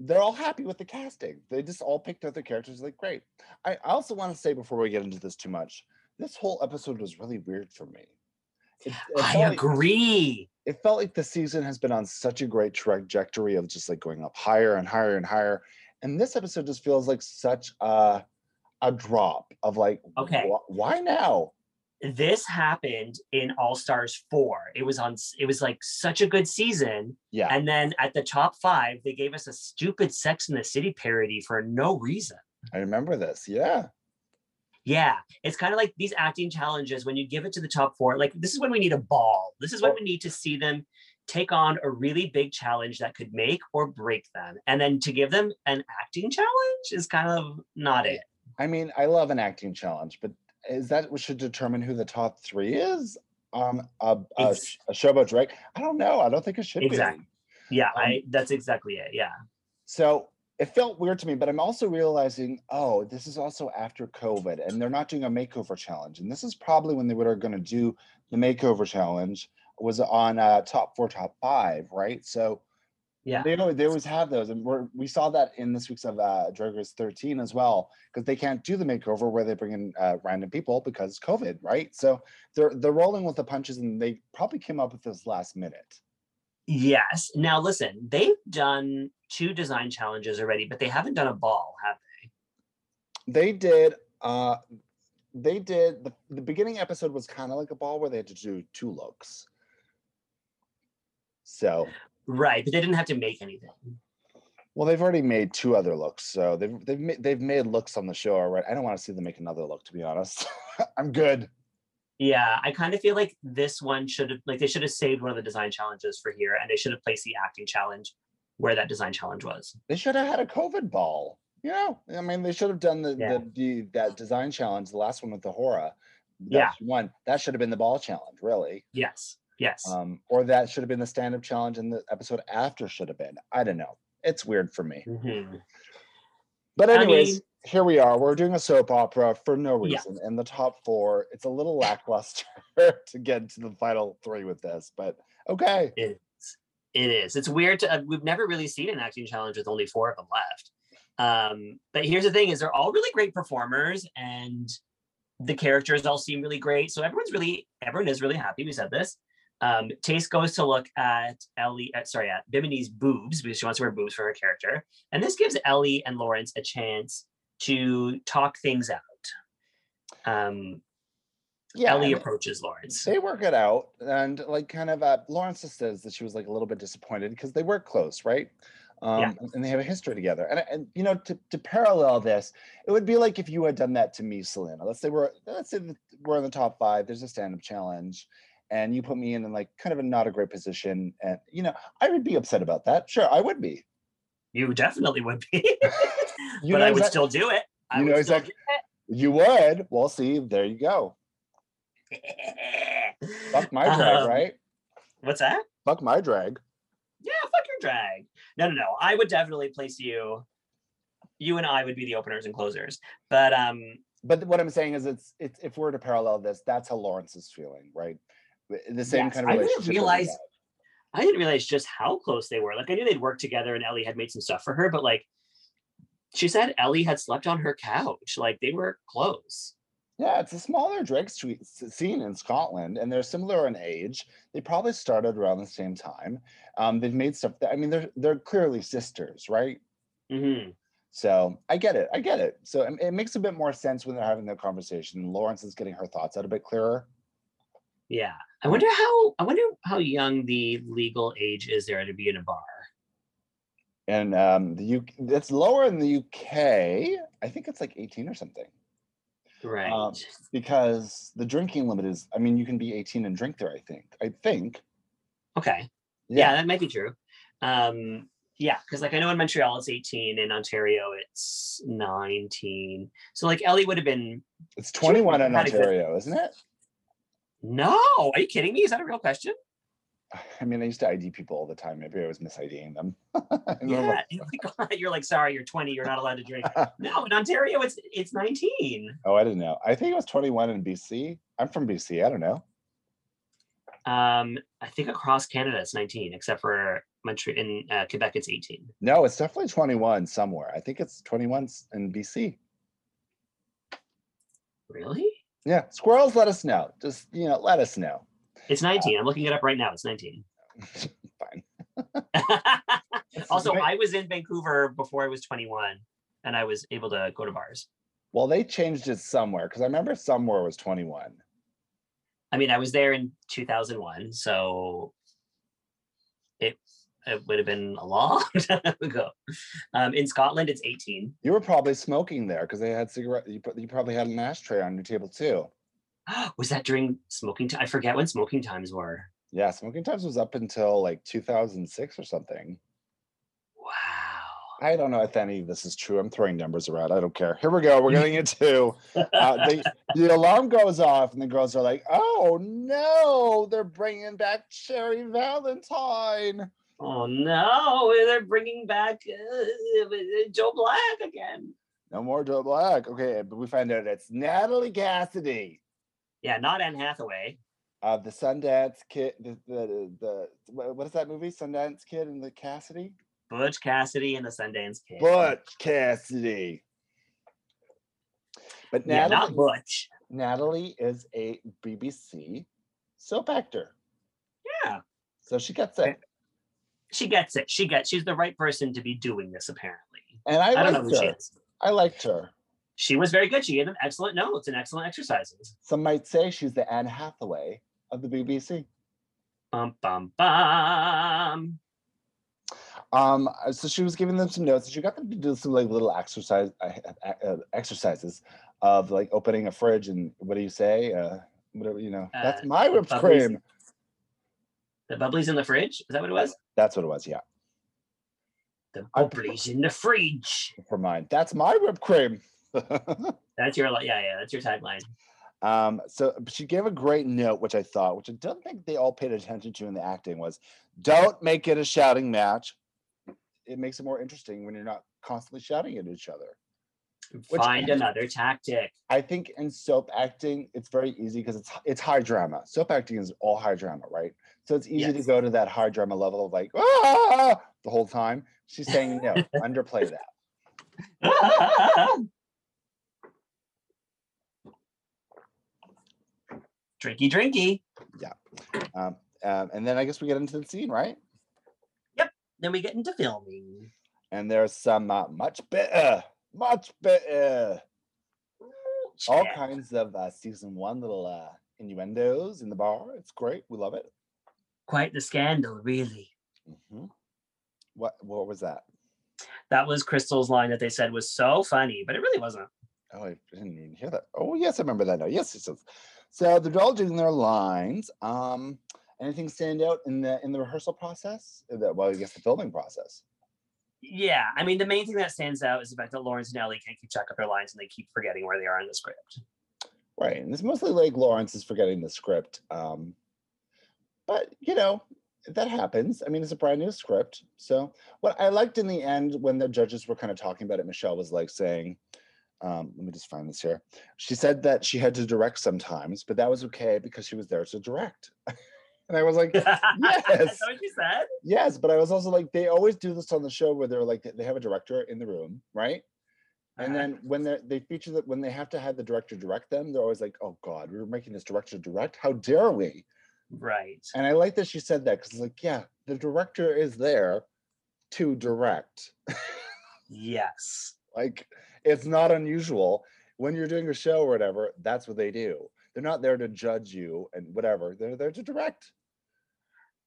Speaker 1: they're all happy with the casting. They just all picked out their characters like great. I I also want to say before we get into this too much, this whole episode was really weird for me. It, it
Speaker 2: I
Speaker 1: felt like-
Speaker 2: agree.
Speaker 1: it felt like the season has been on such a great trajectory of just like going up higher and higher and higher. And this episode just feels like such a a drop of like,
Speaker 2: Okay.
Speaker 1: wh- why now?
Speaker 2: This happened in All Stars 4. It was on s- it was like such a good season.
Speaker 1: Yeah,
Speaker 2: And then at the top five, they gave us a stupid Sex in the City parody for no reason.
Speaker 1: I remember this. Yeah,
Speaker 2: Yeah. It's kind of like these acting challenges when you give it to the top four. Like, this is when we need a ball. This is when we need to see them take on a really big challenge that could make or break them. And then to give them an acting challenge is kind of not it.
Speaker 1: I mean, I love an acting challenge, but is that what should determine who the top three is on a, a,
Speaker 2: Ex-
Speaker 1: a show about Drake? I don't know. I don't think it should be.
Speaker 2: Exactly. Yeah.
Speaker 1: Um,
Speaker 2: I, that's exactly it. Yeah.
Speaker 1: So it felt weird to me, but I'm also realizing, oh, this is also after COVID, and they're not doing a makeover challenge. And this is probably when they were going to do the makeover challenge was on uh, top four, top five, right? So
Speaker 2: Yeah.
Speaker 1: they always, they always have those, and we're, we saw that in this week's of uh, Drag Race 13 as well, because they can't do the makeover where they bring in uh, random people because COVID, right? So they're they're rolling with the punches, and they probably came up with this last minute.
Speaker 2: Yes. Now, listen, they've done two design challenges already, but they haven't done a ball, have
Speaker 1: they did uh they did the, the beginning episode was kind of like a ball where they had to do two looks so
Speaker 2: they? Right. But they didn't have to make anything.
Speaker 1: well they've already made two other looks so they've they've, ma- they've made looks on the show already i don't want to see them make another look to be honest i'm good
Speaker 2: Yeah, I kind of feel like this one should have like they should have saved one of the design challenges for here and they should have placed the acting challenge where that design challenge was.
Speaker 1: They should have had a COVID ball. You know, I mean, they should have done the,
Speaker 2: Yeah.
Speaker 1: the, the that design challenge, the last one with the Hora. that
Speaker 2: Yeah.
Speaker 1: she won. That should have been the ball challenge, really.
Speaker 2: Yes. Yes.
Speaker 1: Um, or that should have been the stand up challenge, and the episode after should have been. I don't know. It's weird for me.
Speaker 2: Mhm.
Speaker 1: But
Speaker 2: I
Speaker 1: anyways,
Speaker 2: mean-
Speaker 1: here we are. We're doing a soap opera for no
Speaker 2: Yeah.
Speaker 1: reason, and the top four. It's a little lackluster to get to the final three with this, but okay.
Speaker 2: It is. It is. It's weird to. Uh, we've never really seen an acting challenge with only four of them left. Um, but here's the thing: is they're all really great performers, and the characters all seem really great. So everyone's really, everyone is really happy. We said this. Um, Taste goes to look at Ellie. uh, sorry, at Bimini's boobs because she wants to wear boobs for her character, and this gives Ellie and Lawrence a chance to talk things out. Um,
Speaker 1: Yeah,
Speaker 2: Ellie
Speaker 1: and-
Speaker 2: approaches Lawrence.
Speaker 1: They work it out, and like kind of uh, Lawrence just says that she was like a little bit disappointed because they were close, right? Um,
Speaker 2: Yeah.
Speaker 1: and- And they have a history together. And and you know, to, to parallel this, it would be like if you had done that to me, Selena. Let's say we're let's say that we're in the top five. There's a stand up challenge, and you put me in in like kind of a not a great position, and you know, I would be upset about that. Sure, I would be.
Speaker 2: You definitely would be,
Speaker 1: You
Speaker 2: but I
Speaker 1: know
Speaker 2: would
Speaker 1: exact-
Speaker 2: still do it. I
Speaker 1: you
Speaker 2: would
Speaker 1: know
Speaker 2: still
Speaker 1: exact- You would. Well, see, there you go.
Speaker 2: do it.
Speaker 1: Fuck my drag,
Speaker 2: Um,
Speaker 1: right?
Speaker 2: What's that?
Speaker 1: Fuck my drag.
Speaker 2: Yeah, fuck your drag. No, no, no. I would definitely place you. You and I would be the openers and closers. But um,
Speaker 1: but th- what I'm saying is, it's it's if we're to parallel this, that's how Lawrence is feeling, right? W- The same
Speaker 2: Yes,
Speaker 1: kind of
Speaker 2: I didn't
Speaker 1: relationship. that we
Speaker 2: realize-
Speaker 1: had.
Speaker 2: I didn't realize just how close they were. Like I knew they'd worked together, and Ellie had made some stuff for her. But like, she said Ellie had slept on her couch. Like they were close.
Speaker 1: Yeah, it's a smaller drag street s- scene in Scotland, and they're similar in age. They probably started around the same time. Um, they've made stuff. That, I mean, they're they're clearly sisters, right? Mm-hmm.
Speaker 2: hmm
Speaker 1: So I get it. I get it. So it, it makes a bit more sense when they're having their conversation. Lawrence is getting her thoughts out a bit clearer.
Speaker 2: Yeah. I wonder how. I wonder how young the legal age is there to be in a bar.
Speaker 1: And um, the UK, it's lower in the UK. I think it's like 18 or something.
Speaker 2: Right.
Speaker 1: Um, because the drinking limit is i mean you can be 18 and drink there i think i think
Speaker 2: okay. yeah, that might be true um yeah because like i know in montreal it's 18 in ontario it's 19 so like ellie would have been
Speaker 1: it's
Speaker 2: Sure,
Speaker 1: 21 in
Speaker 2: not exact-
Speaker 1: ontario isn't it
Speaker 2: no are you kidding me is that a real question
Speaker 1: i mean i used to id people all the time maybe i was misiding them I don't know.
Speaker 2: yeah you're like, you're like sorry you're 20 you're not allowed to drink no in ontario it's it's 19
Speaker 1: oh i didn't know i think it was 21 in bc i'm from bc i don't know
Speaker 2: um i think across canada it's 19 except for montreal in uh, quebec it's 18
Speaker 1: no it's definitely 21 somewhere i think it's 21 s- in bc
Speaker 2: really
Speaker 1: yeah squirrels let us know just you know let us know
Speaker 2: it's 19 i'm looking it up right now it's 19
Speaker 1: fine It's
Speaker 2: also
Speaker 1: great.
Speaker 2: i was in vancouver before i was 21 and i was able to go to bars
Speaker 1: well they changed it somewhere because i remember somewhere was 21
Speaker 2: I mean, I was there in 2001, so it it would have been a long time ago. Um, in Scotland, it's 18.
Speaker 1: you were probably smoking there because they had cigarette you, pro- you probably had an ashtray on your table too
Speaker 2: was that during smoking time? I forget when smoking times were.
Speaker 1: Yeah, smoking times was up until like 2006 or something.
Speaker 2: Wow.
Speaker 1: I don't know if any of this is true. I'm throwing numbers around. I don't care. Here we go. We're getting into uh, the, the alarm goes off, and the girls are like, "Oh no, they're bringing back Cherry Valentine."
Speaker 2: oh no, they're bringing back uh, Joe Black again.
Speaker 1: No more Joe Black. Okay, but we find out it's Natalie Cassidy
Speaker 2: Yeah, not Anne Hathaway.
Speaker 1: of the Sundance Kid. The, the, the wha- what is that movie? Sundance Kid and the Cassidy.
Speaker 2: Butch Cassidy and the Sundance Kid.
Speaker 1: But Cassidy. But
Speaker 2: yeah,
Speaker 1: Natalie.
Speaker 2: not Butch.
Speaker 1: Natalie is a BBC soap actor.
Speaker 2: Yeah.
Speaker 1: So she gets it.
Speaker 2: She gets it. She gets. She's the right person to be doing this. Apparently,
Speaker 1: And I,
Speaker 2: I, don't know
Speaker 1: liked
Speaker 2: who she
Speaker 1: her.
Speaker 2: is.
Speaker 1: I liked her.
Speaker 2: she was very good. She gave them excellent notes and excellent exercises.
Speaker 1: Some might say she's the Anne Hathaway of the BBC.
Speaker 2: Bum bum bum.
Speaker 1: Um, uh, so she was giving them some notes, and she got them to do some like little exercise uh, uh, uh, exercises of like opening a fridge and what do you say? Uh, whatever you know. That's
Speaker 2: Uh,
Speaker 1: my whipped
Speaker 2: bubblies.
Speaker 1: cream.
Speaker 2: The bubblies in the fridge. Is that what it was?
Speaker 1: That's what it was. Yeah.
Speaker 2: The
Speaker 1: I-
Speaker 2: bubbly's in the fridge.
Speaker 1: for mine. That's my whipped cream.
Speaker 2: That's your li- yeah yeah. That's your tagline.
Speaker 1: Um, so but she gave a great note, which I thought, which I don't think they all paid attention to in the acting, was don't make it a shouting match. It makes it more interesting when you're not constantly shouting at each other. Which-
Speaker 2: Find another tactic.
Speaker 1: I think in soap acting, it's very easy because it's it's high drama. Soap acting is all high drama, right? So it's easy to
Speaker 2: Yes.
Speaker 1: go to that high drama level of like ah! the whole time. She's saying no, underplay that.
Speaker 2: drinky drinky.
Speaker 1: Um, um, and then I guess we get into the scene, right?
Speaker 2: Then we get into filming.
Speaker 1: And there's some uh, much better, much better. all
Speaker 2: Check.
Speaker 1: kinds of uh, season one little uh, innuendos in the bar. It's great. We love it.
Speaker 2: Quite the scandal, really.
Speaker 1: hmm What what was that?
Speaker 2: That was Crystal's line that they said was so funny, but it really wasn't.
Speaker 1: Oh, I didn't even hear that. Oh, yes, I remember that now. Yes, yes, yes. So they're all doing their lines. Um, anything stand out in the in the rehearsal process? Uh, the- Well, I guess the filming process.
Speaker 2: Yeah, I mean, the main thing that stands out is the fact that Lawrence and Ellie can't keep track of their lines and they keep forgetting where they are in the script.
Speaker 1: Right, and it's mostly like Lawrence is forgetting the script. Um, but you know that happens. I mean, it's a brand new script. So what I liked in the end when the judges were kind of talking about it, Michelle was like saying, um, "Let me just find this here." She said that she had to direct sometimes, but that was okay because she was there to direct. and I was like,
Speaker 2: That's what she said.
Speaker 1: "Yes," but I was also like, they always do this on the show where they're like they have a director in the room, right? And
Speaker 2: Uh,
Speaker 1: then when they they feature that when they have to have the director direct them, they're always like, "Oh God, we were making this director direct. How dare we?"
Speaker 2: right.
Speaker 1: And I like that she said that because it's like, yeah, the director is there to direct.
Speaker 2: Yes.
Speaker 1: Like, it's not unusual when you're doing a show or whatever. That's what they do. They're not there to judge you and whatever. They're there to direct.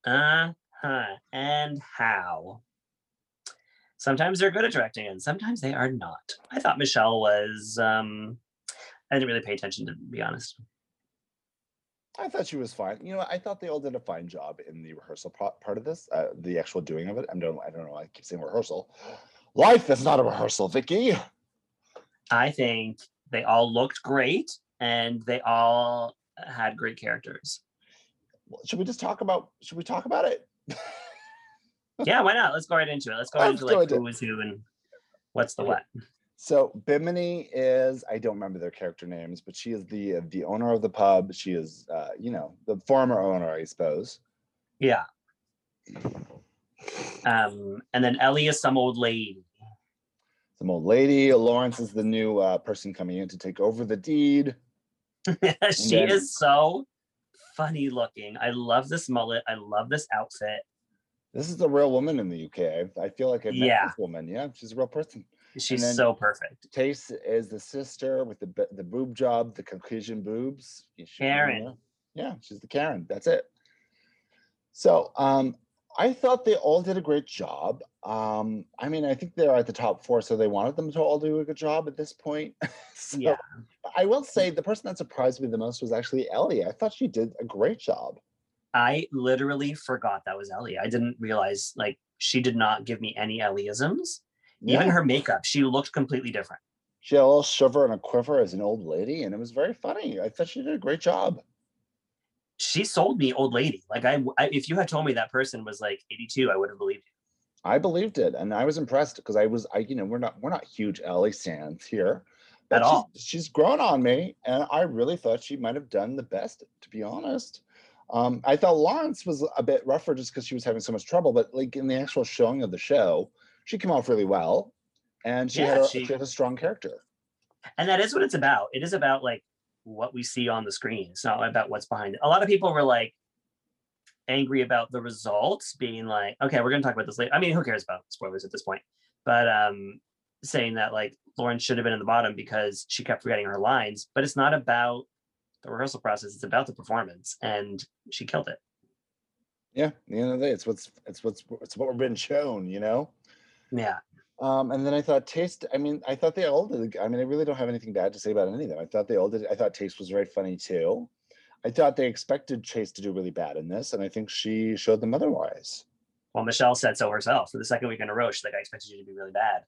Speaker 2: Uh huh. And how? Sometimes they're good at directing and sometimes they are not. I thought Michelle was, um, I didn't really pay attention to be honest.
Speaker 1: I thought she was fine. You know, what, I thought they all did a fine job in the rehearsal pro- part of this, uh, the actual doing of it. I don't, I don't know. why I keep saying rehearsal. Life is not a rehearsal, Vicky.
Speaker 2: I think they all looked great and they all had great characters.
Speaker 1: Well, should we just talk about should we talk about it
Speaker 2: Yeah, why not? Let's go right into it. Let's go
Speaker 1: Hmm. Let's
Speaker 2: into
Speaker 1: go
Speaker 2: like
Speaker 1: into it. Hmm.
Speaker 2: who was who and what's the
Speaker 1: Okay.
Speaker 2: what.
Speaker 1: so bimini is i don't remember their character names but she is the the owner of the pub she is uh you know the former owner i suppose
Speaker 2: Yeah. Um, and then Ellie is some old lady.
Speaker 1: some old lady lawrence is the new uh, person coming in to take over the deed
Speaker 2: she
Speaker 1: then-
Speaker 2: is so funny looking. I love this mullet. I love this outfit.
Speaker 1: this is a real woman in the uk i, I feel like i've met
Speaker 2: Yeah.
Speaker 1: this woman yeah she's a real person
Speaker 2: She's
Speaker 1: then-
Speaker 2: so perfect.
Speaker 1: tace is the sister with the b- the boob job the caucasian boobs Yeah, she- you know,
Speaker 2: Karen.
Speaker 1: yeah. yeah she's the karen that's it so um i thought they all did a great job um i mean i think they're at the top four so they wanted them to all do a good job at this point So,
Speaker 2: Yeah.
Speaker 1: i will say the person that surprised me the most was actually ellie i thought she did a great job
Speaker 2: I literally forgot that was Ellie. I didn't realize like she did not give me any Ellieisms. Even
Speaker 1: Yeah,
Speaker 2: her makeup, she looked completely different.
Speaker 1: she had a little shiver and a quiver as an old lady and it was very funny i thought she did a great job
Speaker 2: She sold me old lady. Like I, I if you had told me that person was like 82, I would have believed you.
Speaker 1: I believed it, and I was impressed because I was, I you know, we're not we're not huge Ellie stands here but
Speaker 2: At
Speaker 1: she's-
Speaker 2: all.
Speaker 1: She's, grown on me, and I really thought she might have done the best, to be honest. Um, I thought Lawrence was a bit rougher just because she was having so much trouble, but like in the actual showing of the show, she came off really well, and she had
Speaker 2: Yeah,
Speaker 1: a,
Speaker 2: she-
Speaker 1: she had a strong character.
Speaker 2: And that is what it's about. It is about like what we see on the screen. It's not about what's behind it. A lot of people were like angry about the results being like, okay, we're gonna talk about this later. I mean, who cares about spoilers at this point? But um saying that like Lauren should have been in the bottom because she kept forgetting her lines, but it's not about the rehearsal process, it's about the performance. And she killed it.
Speaker 1: Yeah, at the end of the day, it's what's it's what's it's what we're being shown, you know.
Speaker 2: Yeah.
Speaker 1: Um, and then I thought Taste. I mean, I thought they all did. I mean, I really don't have anything bad to say about any of them. I thought they all did. I thought Taste was right funny too. I thought they expected Chase to do really bad in this, and I think she showed them otherwise.
Speaker 2: Well, Michelle said so herself for the second week in a row. She's like, I expected you to be really bad.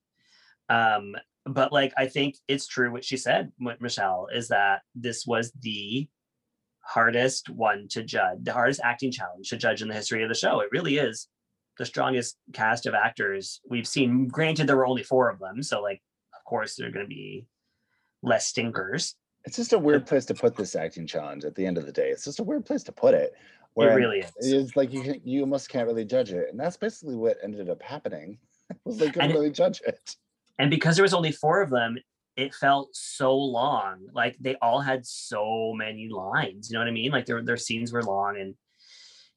Speaker 2: Um, but like, I think it's true what she said, what Michelle, is that this was the hardest one to judge, the hardest acting challenge to judge in the history of the show. It really is the strongest cast of actors we've seen. Granted, there were only four of them. So, like, of course, there are going to be less stinkers.
Speaker 1: It's just a weird place to put this acting challenge at the end of the day. It's just a weird place to put it.
Speaker 2: it really is.
Speaker 1: It's like you can, you almost can't really judge it. And that's basically what ended up happening. was they couldn't
Speaker 2: And it-
Speaker 1: really judge it.
Speaker 2: And because there was only four of them, it felt so long. Like they all had so many lines. You know what I mean? Like their their scenes were long, and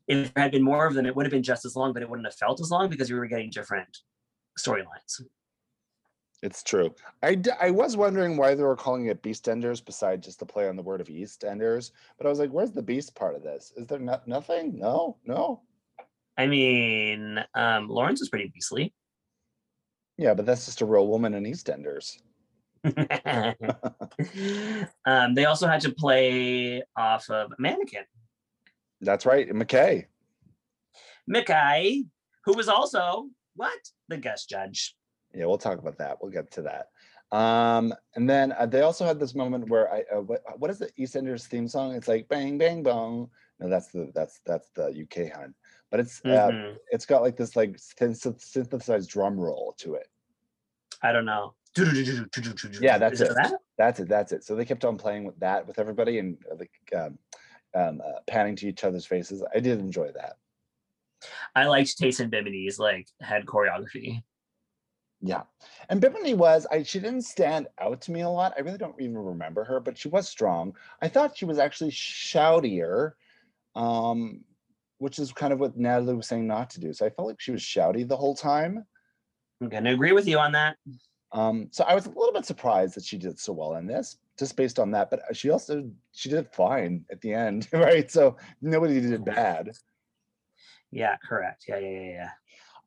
Speaker 2: if there had been more of them, it would have been just as long, but it wouldn't have felt as long because we were getting different storylines.
Speaker 1: It's true. I, d- I was wondering why they were calling it Beastenders besides just the play on the word of Eastenders. But I was like, where's the beast part of this? Is there no- nothing? No, no.
Speaker 2: I mean, um, Lawrence was pretty beastly.
Speaker 1: Yeah, but that's just a real woman in EastEnders.
Speaker 2: um, they also had to play off of Mannequin
Speaker 1: That's right, McKay.
Speaker 2: Mickey, who was also what the guest judge.
Speaker 1: Yeah, we'll talk about that. We'll get to that. Um, and then uh, they also had this moment where I uh, what, what is the EastEnders theme song? It's like bang bang bong. No, that's the that's that's the UK hun. But it's uh,
Speaker 2: Mhm.
Speaker 1: it's got like this like syn- syn- synthesized drum roll to it.
Speaker 2: I don't know.
Speaker 1: Yeah,
Speaker 2: Yeah,
Speaker 1: that's it.
Speaker 2: That?
Speaker 1: That's it. That's it. So they kept on playing with that with everybody and uh, like um, um, uh, panning to each other's faces. I did enjoy that.
Speaker 2: I liked Taysom Bimini's like head choreography.
Speaker 1: Yeah. And Bimini was, I she didn't stand out to me a lot. I really don't even remember her, but she was strong. I thought she was actually shoutier, um, which is kind of what Natalie was saying not to do. So I felt like she was shouty the whole time.
Speaker 2: I'm gonna agree with you on that.
Speaker 1: Um, so I was a little bit surprised that she did so well in this, just based on that. But she also she did fine at the end, right? So nobody did bad.
Speaker 2: Yeah, correct. Yeah, yeah, yeah, yeah.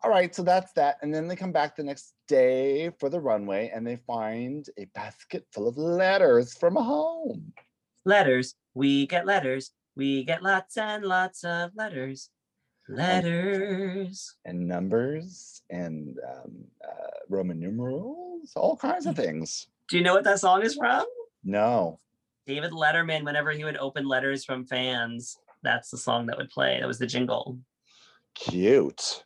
Speaker 1: All right, so that's that. And then they come back the next day for the runway and they find a basket full of letters from home.
Speaker 2: Letters. We get letters. We get lots and lots of letters. Letters.
Speaker 1: and numbers and um, uh, Roman numerals, all kinds
Speaker 2: Mm.
Speaker 1: of things.
Speaker 2: Do you know what that song is from?
Speaker 1: No,
Speaker 2: David Letterman, whenever he would open letters from fans, that's the song that would play. That was the jingle.
Speaker 1: cute.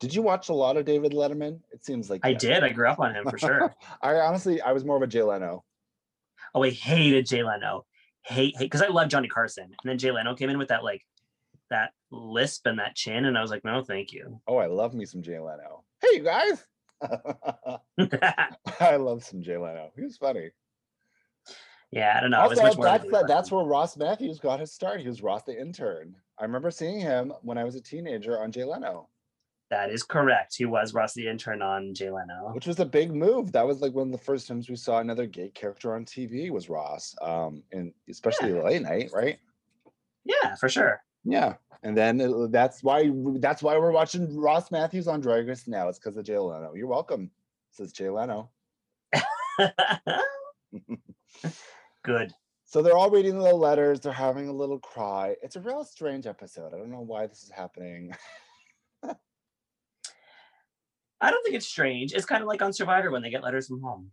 Speaker 1: Did you watch a lot of David Letterman? It seems like
Speaker 2: I
Speaker 1: you-
Speaker 2: did. I grew up on him for sure.
Speaker 1: I honestly, I was more of a Jay Leno.
Speaker 2: Oh, I hated Jay Leno. Hate, hate, because I love Johnny Carson. And then Jay Leno came in with that like that lisp and that chin, and I was like, no, thank you.
Speaker 1: Oh, I love me some Jay Leno. Hey, you guys.
Speaker 2: yeah,
Speaker 1: I love some Jay Leno. He was funny.
Speaker 2: I don't know. I was
Speaker 1: also,
Speaker 2: much more of a
Speaker 1: that's,
Speaker 2: Jay
Speaker 1: that, that's
Speaker 2: Leno.
Speaker 1: where Ross Matthews got his start. He was Ross the intern. I remember seeing him when I was a teenager on Jay Leno.
Speaker 2: that is correct. He was Ross the intern on Jay Leno.
Speaker 1: which was a big move. That was like one of the first times we saw another gay character on TV was Ross, um, and especially late night, right?
Speaker 2: Yeah, for sure.
Speaker 1: Yeah, and then it- that's why that's why we're watching Ross Matthews on Drag Race now. It's because of Jay Leno. You're welcome, says Jay Leno.
Speaker 2: Good.
Speaker 1: So they're all reading the letters. They're having a little cry. It's a real strange episode. I don't know why this is happening.
Speaker 2: I don't think it's strange. It's kind of like on Survivor when they get letters from home.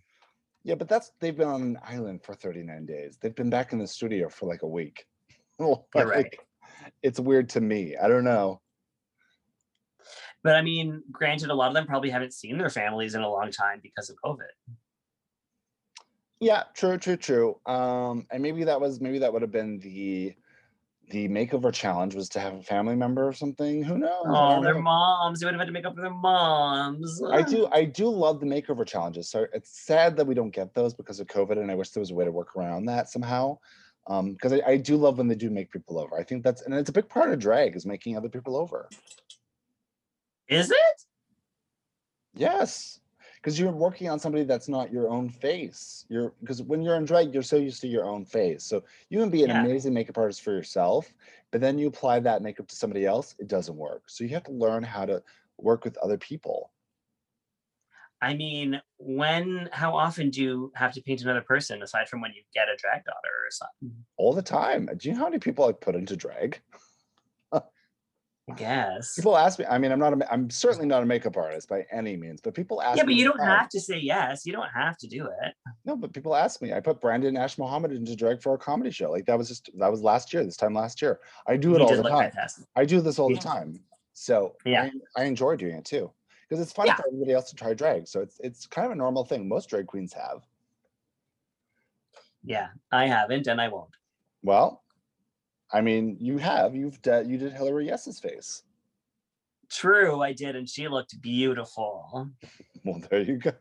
Speaker 1: Yeah, but that's they've been on an island for 39 days. They've been back in the studio for like a week.
Speaker 2: You're right.
Speaker 1: Like, It's weird to me. I don't know.
Speaker 2: But I mean, granted, a lot of them probably haven't seen their families in a long time because of COVID.
Speaker 1: Yeah, true, true, true. Um, and maybe that was maybe that would have been the the makeover challenge was to have a family member or something. Who knows? I
Speaker 2: Oh,
Speaker 1: don't
Speaker 2: their
Speaker 1: know.
Speaker 2: moms. They would have had to make up for their moms.
Speaker 1: I do I do love the makeover challenges. So it's sad that we don't get those because of COVID, and I wish there was a way to work around that somehow. Um, because I, I do love when they do make people over. I think that's and it's a big part of drag is making other people over.
Speaker 2: Is it?
Speaker 1: Yes. Because you're working on somebody that's not your own face. You're because when you're in drag, you're so used to your own face. So you can be an
Speaker 2: Yeah.
Speaker 1: amazing makeup artist for yourself, but then you apply that makeup to somebody else, it doesn't work. So you have to learn how to work with other people.
Speaker 2: I mean, when, how often do you have to paint another person aside from when you get a drag daughter or something?
Speaker 1: All the time. Do you know how many people I put into drag?
Speaker 2: I guess.
Speaker 1: People ask me. I mean, I'm not. A, ma- I'm certainly not a makeup artist by any means, but people ask.
Speaker 2: Yeah, but
Speaker 1: me
Speaker 2: you
Speaker 1: all the
Speaker 2: don't
Speaker 1: time.
Speaker 2: have to say yes. You don't have to do it.
Speaker 1: No, but people ask me. I put Brandon Ash Mohammed into drag for our comedy show. Like that was just that was last year. This time last year, I do it
Speaker 2: you
Speaker 1: all
Speaker 2: did
Speaker 1: the
Speaker 2: look
Speaker 1: time.
Speaker 2: fantastic.
Speaker 1: I do this all the
Speaker 2: Yeah.
Speaker 1: time. So
Speaker 2: Yeah.
Speaker 1: I, I enjoy doing it too because it's fun
Speaker 2: Yeah.
Speaker 1: for everybody else to try drag. So it's it's kind of a normal thing. Most drag queens have.
Speaker 2: Yeah, I haven't and I won't.
Speaker 1: Well, I mean, you have. You've de- you did Hillary Yes's face.
Speaker 2: True, I did, and she looked beautiful.
Speaker 1: Well, there you go.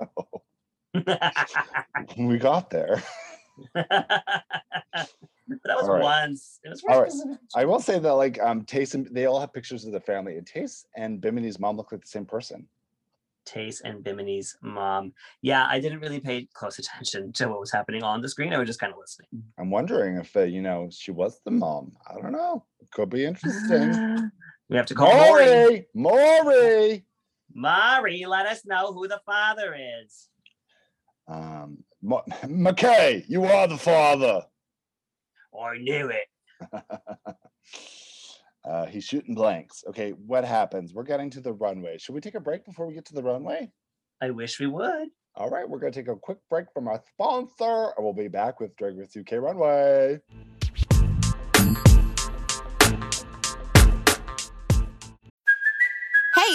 Speaker 1: we got there.
Speaker 2: that was
Speaker 1: All right.
Speaker 2: once. It was
Speaker 1: All
Speaker 2: worse.
Speaker 1: I will say that like um Tace and they all have pictures of the family and Tace and Bimini's mom look like the same person.
Speaker 2: Tace and Bimini's mom. Yeah, I didn't really pay close attention to what was happening on the screen. I was just kind of listening.
Speaker 1: I'm wondering if uh, you know she was the mom. I don't know. It could be interesting.
Speaker 2: we have to call Maury.
Speaker 1: Maury, Maury.
Speaker 2: Maury, let us know who the father is.
Speaker 1: Um, Ma- McKay, you are the father.
Speaker 2: Or knew it.
Speaker 1: uh, he's shooting blanks. Okay, what happens? We're getting to the runway. Should we take a break before we get to the runway?
Speaker 2: I wish we would.
Speaker 1: All right, we're going to take a quick break from our sponsor, and we'll be back with Drag Race UK Runway.
Speaker 3: Hey,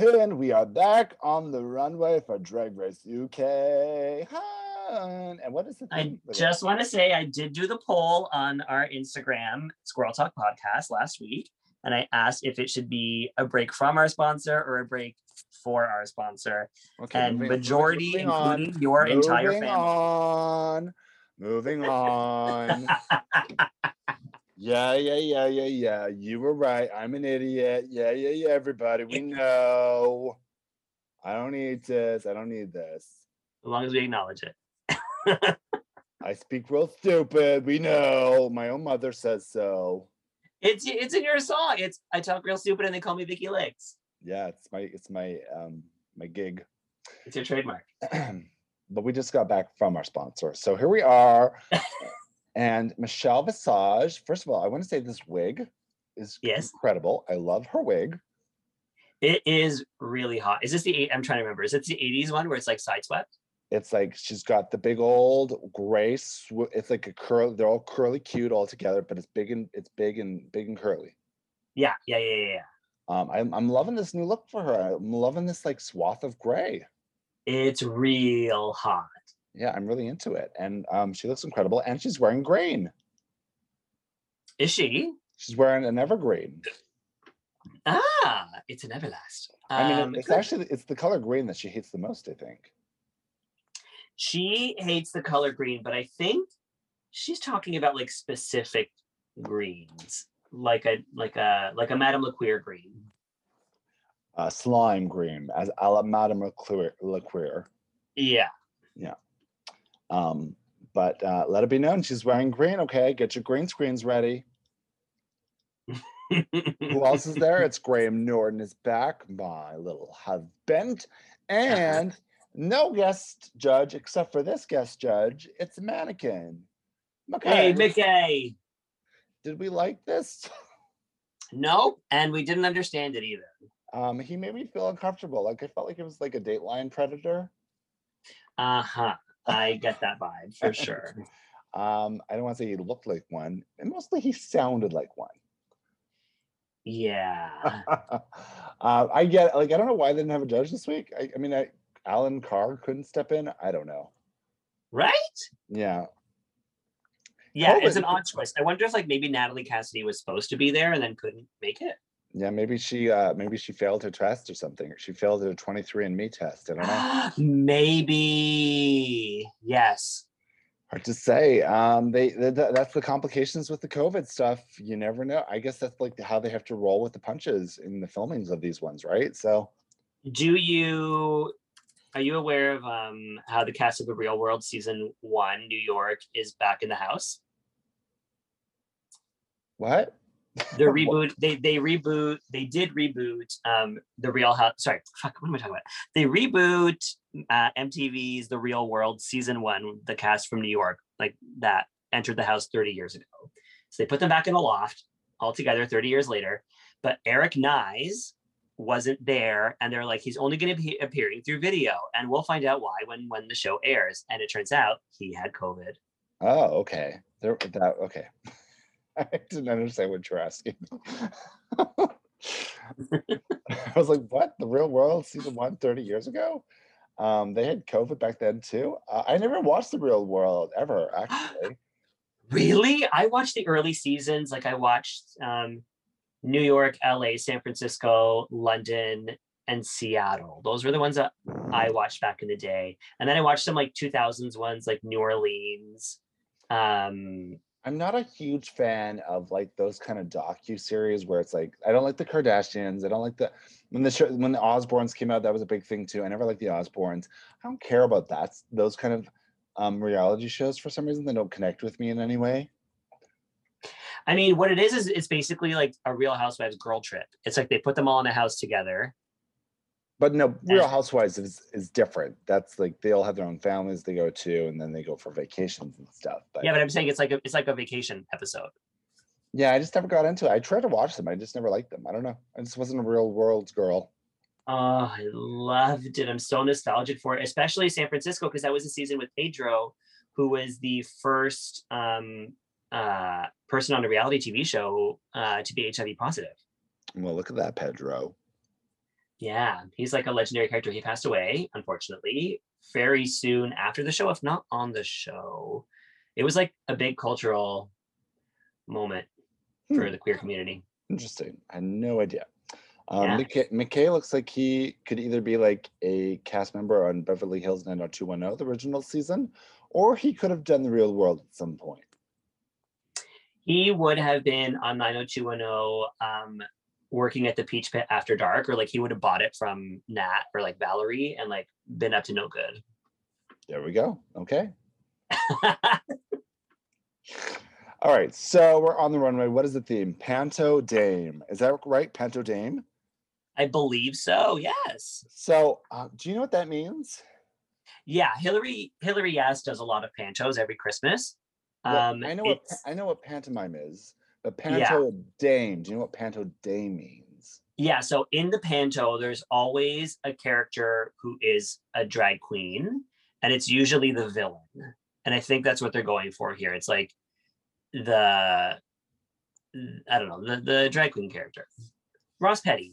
Speaker 1: And we are back on the runway for Drag Race UK. Hun. And what is the
Speaker 2: I
Speaker 1: thing? that we-
Speaker 2: just want to say I did do the poll on our Instagram Squirrel Talk podcast last week, and I asked if it should be a break from our sponsor or a break for our sponsor.
Speaker 1: Okay,
Speaker 2: and
Speaker 1: moving- moving-
Speaker 2: majority,
Speaker 1: moving on,
Speaker 2: including your entire
Speaker 1: moving
Speaker 2: family.
Speaker 1: on, moving on. Yeah, yeah, yeah, yeah, yeah. You were right. I'm an idiot. Yeah, yeah, yeah, everybody. We know. I don't need this. I don't need this.
Speaker 2: as long as we acknowledge it.
Speaker 1: I speak real stupid. We know. My own mother says so.
Speaker 2: It's it's in your song. It's I talk real stupid and they call me Vicky Legs.
Speaker 1: Yeah, it's my it's my um my gig.
Speaker 2: It's your trademark.
Speaker 1: but we just got back from our sponsor. So here we are. and Michelle Visage, first of all, I want to say this wig is
Speaker 2: Yes.
Speaker 1: incredible. I love her wig.
Speaker 2: It is really hot. Is this the eight? I'm trying to remember. Is it the 80s one where it's like sideswept?
Speaker 1: It's like she's got the big old gray. Sw- it's like a curl. They're all curly, cute, all together, but it's big and it's big and big and curly.
Speaker 2: Yeah, yeah, yeah, yeah, yeah.
Speaker 1: Um, I'm I'm loving this new look for her. I'm loving this like swath of gray.
Speaker 2: It's real hot.
Speaker 1: Yeah, I'm really into it, and um, she looks incredible. And she's wearing green.
Speaker 2: Is she?
Speaker 1: She's wearing an evergreen.
Speaker 2: Ah, it's an everlast.
Speaker 1: I mean, it-
Speaker 2: Um,
Speaker 1: it's
Speaker 2: good.
Speaker 1: actually it's the color green that she hates the most. I think.
Speaker 2: she hates the color green, but I think she's talking about like specific greens, like a like a like a Madame Lequeer green.
Speaker 1: Uh, slime green, as a la Madame Leclerc. Leclerc.
Speaker 2: Yeah,
Speaker 1: Um, but uh, let it be known she's wearing green. Okay, get your green screens ready. Who else is there? It's Graham Norton is back, my little
Speaker 2: Uh-huh.
Speaker 1: husband. And no guest judge except for this guest judge. It's a mannequin. Okay.
Speaker 2: Hey, Mickey.
Speaker 1: Did we like this?
Speaker 2: Nope, and we didn't understand it either.
Speaker 1: Um, he made me feel uncomfortable. Like I felt like it was like a dateline predator.
Speaker 2: Uh huh. I get that vibe for sure.
Speaker 1: Um, I don't want to say he looked like one, and mostly he sounded like one.
Speaker 2: Yeah.
Speaker 1: uh, I get like I don't know why they didn't have a judge this week. I, I mean, I, Alan Carr couldn't step in. I don't know.
Speaker 2: Right?
Speaker 1: Yeah,
Speaker 2: Yeah,
Speaker 1: Oh,
Speaker 2: it's
Speaker 1: but-
Speaker 2: an odd choice. I wonder if like maybe Natalie Cassidy was supposed to be there and then couldn't make it.
Speaker 1: yeah. Maybe she uh maybe she failed her test or something. She failed her 23andMe test. I don't know.
Speaker 2: maybe. Yes.
Speaker 1: Hard to say. Um, they th- th- that's the complications with the COVID stuff. You never know. I guess that's like how they have to roll with the punches in the filmings of these ones, right? So
Speaker 2: Do you are you aware of um, how the cast of The Real World season one, New York, is back in the house?
Speaker 1: what?
Speaker 2: The
Speaker 1: What?
Speaker 2: reboot, they they reboot, they did reboot um, the Real House. Sorry, fuck, what am I talking about? They reboot uh, MTV's The Real World season one. The cast from New York, like that, entered the house 30 years ago. So they put them back in the loft all together 30 years later. But Eric Nyes wasn't there, and they're like, he's only going to be appearing through video, and we'll find out why when when the show airs. And it turns out he had COVID.
Speaker 1: Oh, okay. There that okay. I didn't understand what you're asking. I was like, what? The real world season one 30 years ago? Um, they had COVID back then too. Uh, I never watched the real world ever, actually.
Speaker 2: Really? I watched the early seasons. Like I watched um, New York, LA, San Francisco, London, and Seattle. Those were the ones that I watched back in the day. And then I watched some like 2000s ones like New Orleans. Um,
Speaker 1: I'm not a huge fan of like those kind of docu series where it's like I don't like the Kardashians. I don't like the when the show when the Osbournes came out that was a big thing too. I never liked the Osbournes. I don't care about that those kind of um, reality shows for some reason they don't connect with me in any way.
Speaker 2: I mean, what it is, is it's basically like a Real Housewives girl trip. It's like they put them all in a house together.
Speaker 1: But no,
Speaker 2: Yeah.
Speaker 1: Real Housewives is is different. That's like they all have their own families they go to, and then they go for vacations and stuff. But
Speaker 2: Yeah, but I'm saying it's like a, it's like a vacation episode.
Speaker 1: yeah, I just never got into it. I tried to watch them, I just never liked them. I don't know. I just wasn't a real world girl.
Speaker 2: Oh, I loved it. I'm so nostalgic for it, especially San Francisco, because that was a season with Pedro, who was the first um, uh, person on a reality TV show uh, to be HIV positive.
Speaker 1: Well, look at that, Pedro.
Speaker 2: Yeah, he's like a legendary character. He passed away, unfortunately, very soon after the show, if not on the show. It was like a big cultural moment for
Speaker 1: Hmm.
Speaker 2: the queer community.
Speaker 1: Interesting. I had no idea. Um,
Speaker 2: Yeah.
Speaker 1: McKay, McKay looks like he could either be like a cast member on Beverly Hills 90210, the original season, or he could have done the real world at some point.
Speaker 2: he would have been on 90210 um working at the peach pit after dark or like he would have bought it from nat or like valerie and like been up to no good
Speaker 1: There we go. Okay. All right. So we're on the runway. What is the theme? Panto Dame. Is that right? Panto Dame.
Speaker 2: i believe so yes
Speaker 1: So uh, do you know what that means?
Speaker 2: yeah hillary hillary yes does a lot of panchos every christmas
Speaker 1: Well,
Speaker 2: um
Speaker 1: I know what pa-
Speaker 2: it's-
Speaker 1: I know what pantomime is, but
Speaker 2: Yeah.
Speaker 1: Panto Dame. Do you know what Panto Dame means?
Speaker 2: yeah so in the panto there's always a character who is a drag queen and it's usually the villain and i think that's what they're going for here it's like the mm, i don't know the, the drag queen character ross petty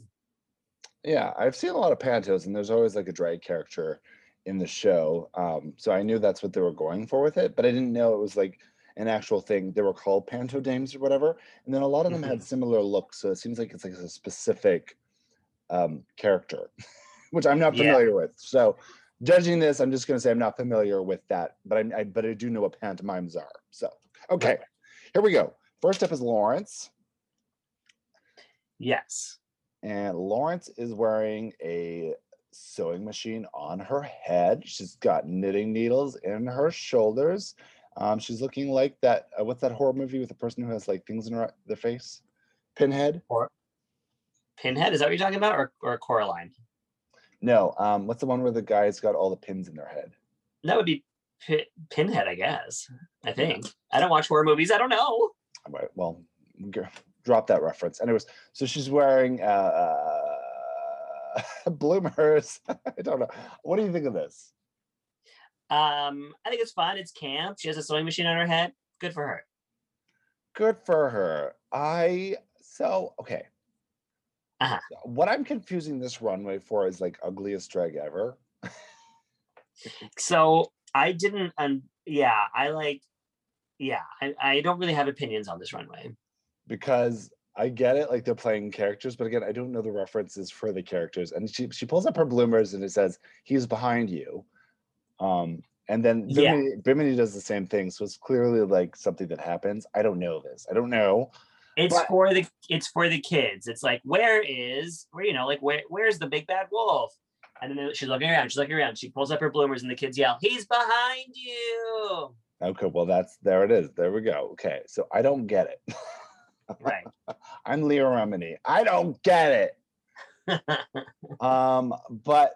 Speaker 1: Yeah, I've seen a lot of pantos, and there's always like a drag character in the show. Um, so I knew that's what they were going for with it, but I didn't know it was like an actual thing. They were called panto dames or whatever, and then a lot of them had similar looks. So it seems like it's like a specific um, character, which I'm not
Speaker 2: Yeah.
Speaker 1: familiar with. So judging this, I'm just going to say I'm not familiar with that, but I'm, I but I do know what pantomimes are. So okay, here we go. First up is Lawrence.
Speaker 2: yes
Speaker 1: and Lawrence is wearing a sewing machine on her head. She's got knitting needles in her shoulders. Um, she's looking like that. Uh, what's that horror movie with the person who has like things in her, their face? Pinhead?
Speaker 2: pinhead is that what you're talking about or, or coraline
Speaker 1: No. Um, what's the one where the guy's got all the pins in their head?
Speaker 2: that would be Pi pinhead i guess i think i don't watch horror movies i don't know
Speaker 1: Right, well, g- drop that reference. Anyways, so she's wearing uh, bloomers. I don't know. What do you think of this?
Speaker 2: um i think it's fun it's camp she has a sewing machine on her head good for her
Speaker 1: Good for her. I so okay.
Speaker 2: Uh-huh.
Speaker 1: What I'm confusing this runway for is like ugliest drag ever.
Speaker 2: so I didn't um yeah, I like yeah, I, I don't really have opinions on this runway.
Speaker 1: because I get it, like they're playing characters, but again, I don't know the references for the characters. And she she pulls up her bloomers and it says, "He's behind you." Um, And then
Speaker 2: Yeah.
Speaker 1: Bimini, Bimini does the same thing. So it's clearly like something that happens. I don't know this. I don't know.
Speaker 2: It's
Speaker 1: But-
Speaker 2: for the it's for the kids. It's like where is where you know like where where's the big bad wolf? And then she's looking around. She's looking around. She pulls up her bloomers, and the kids yell, "He's behind you!"
Speaker 1: Okay, well that's there it is. There we go. Okay. So I don't get it.
Speaker 2: Right.
Speaker 1: I'm Leah Remini. I don't get it. Um, but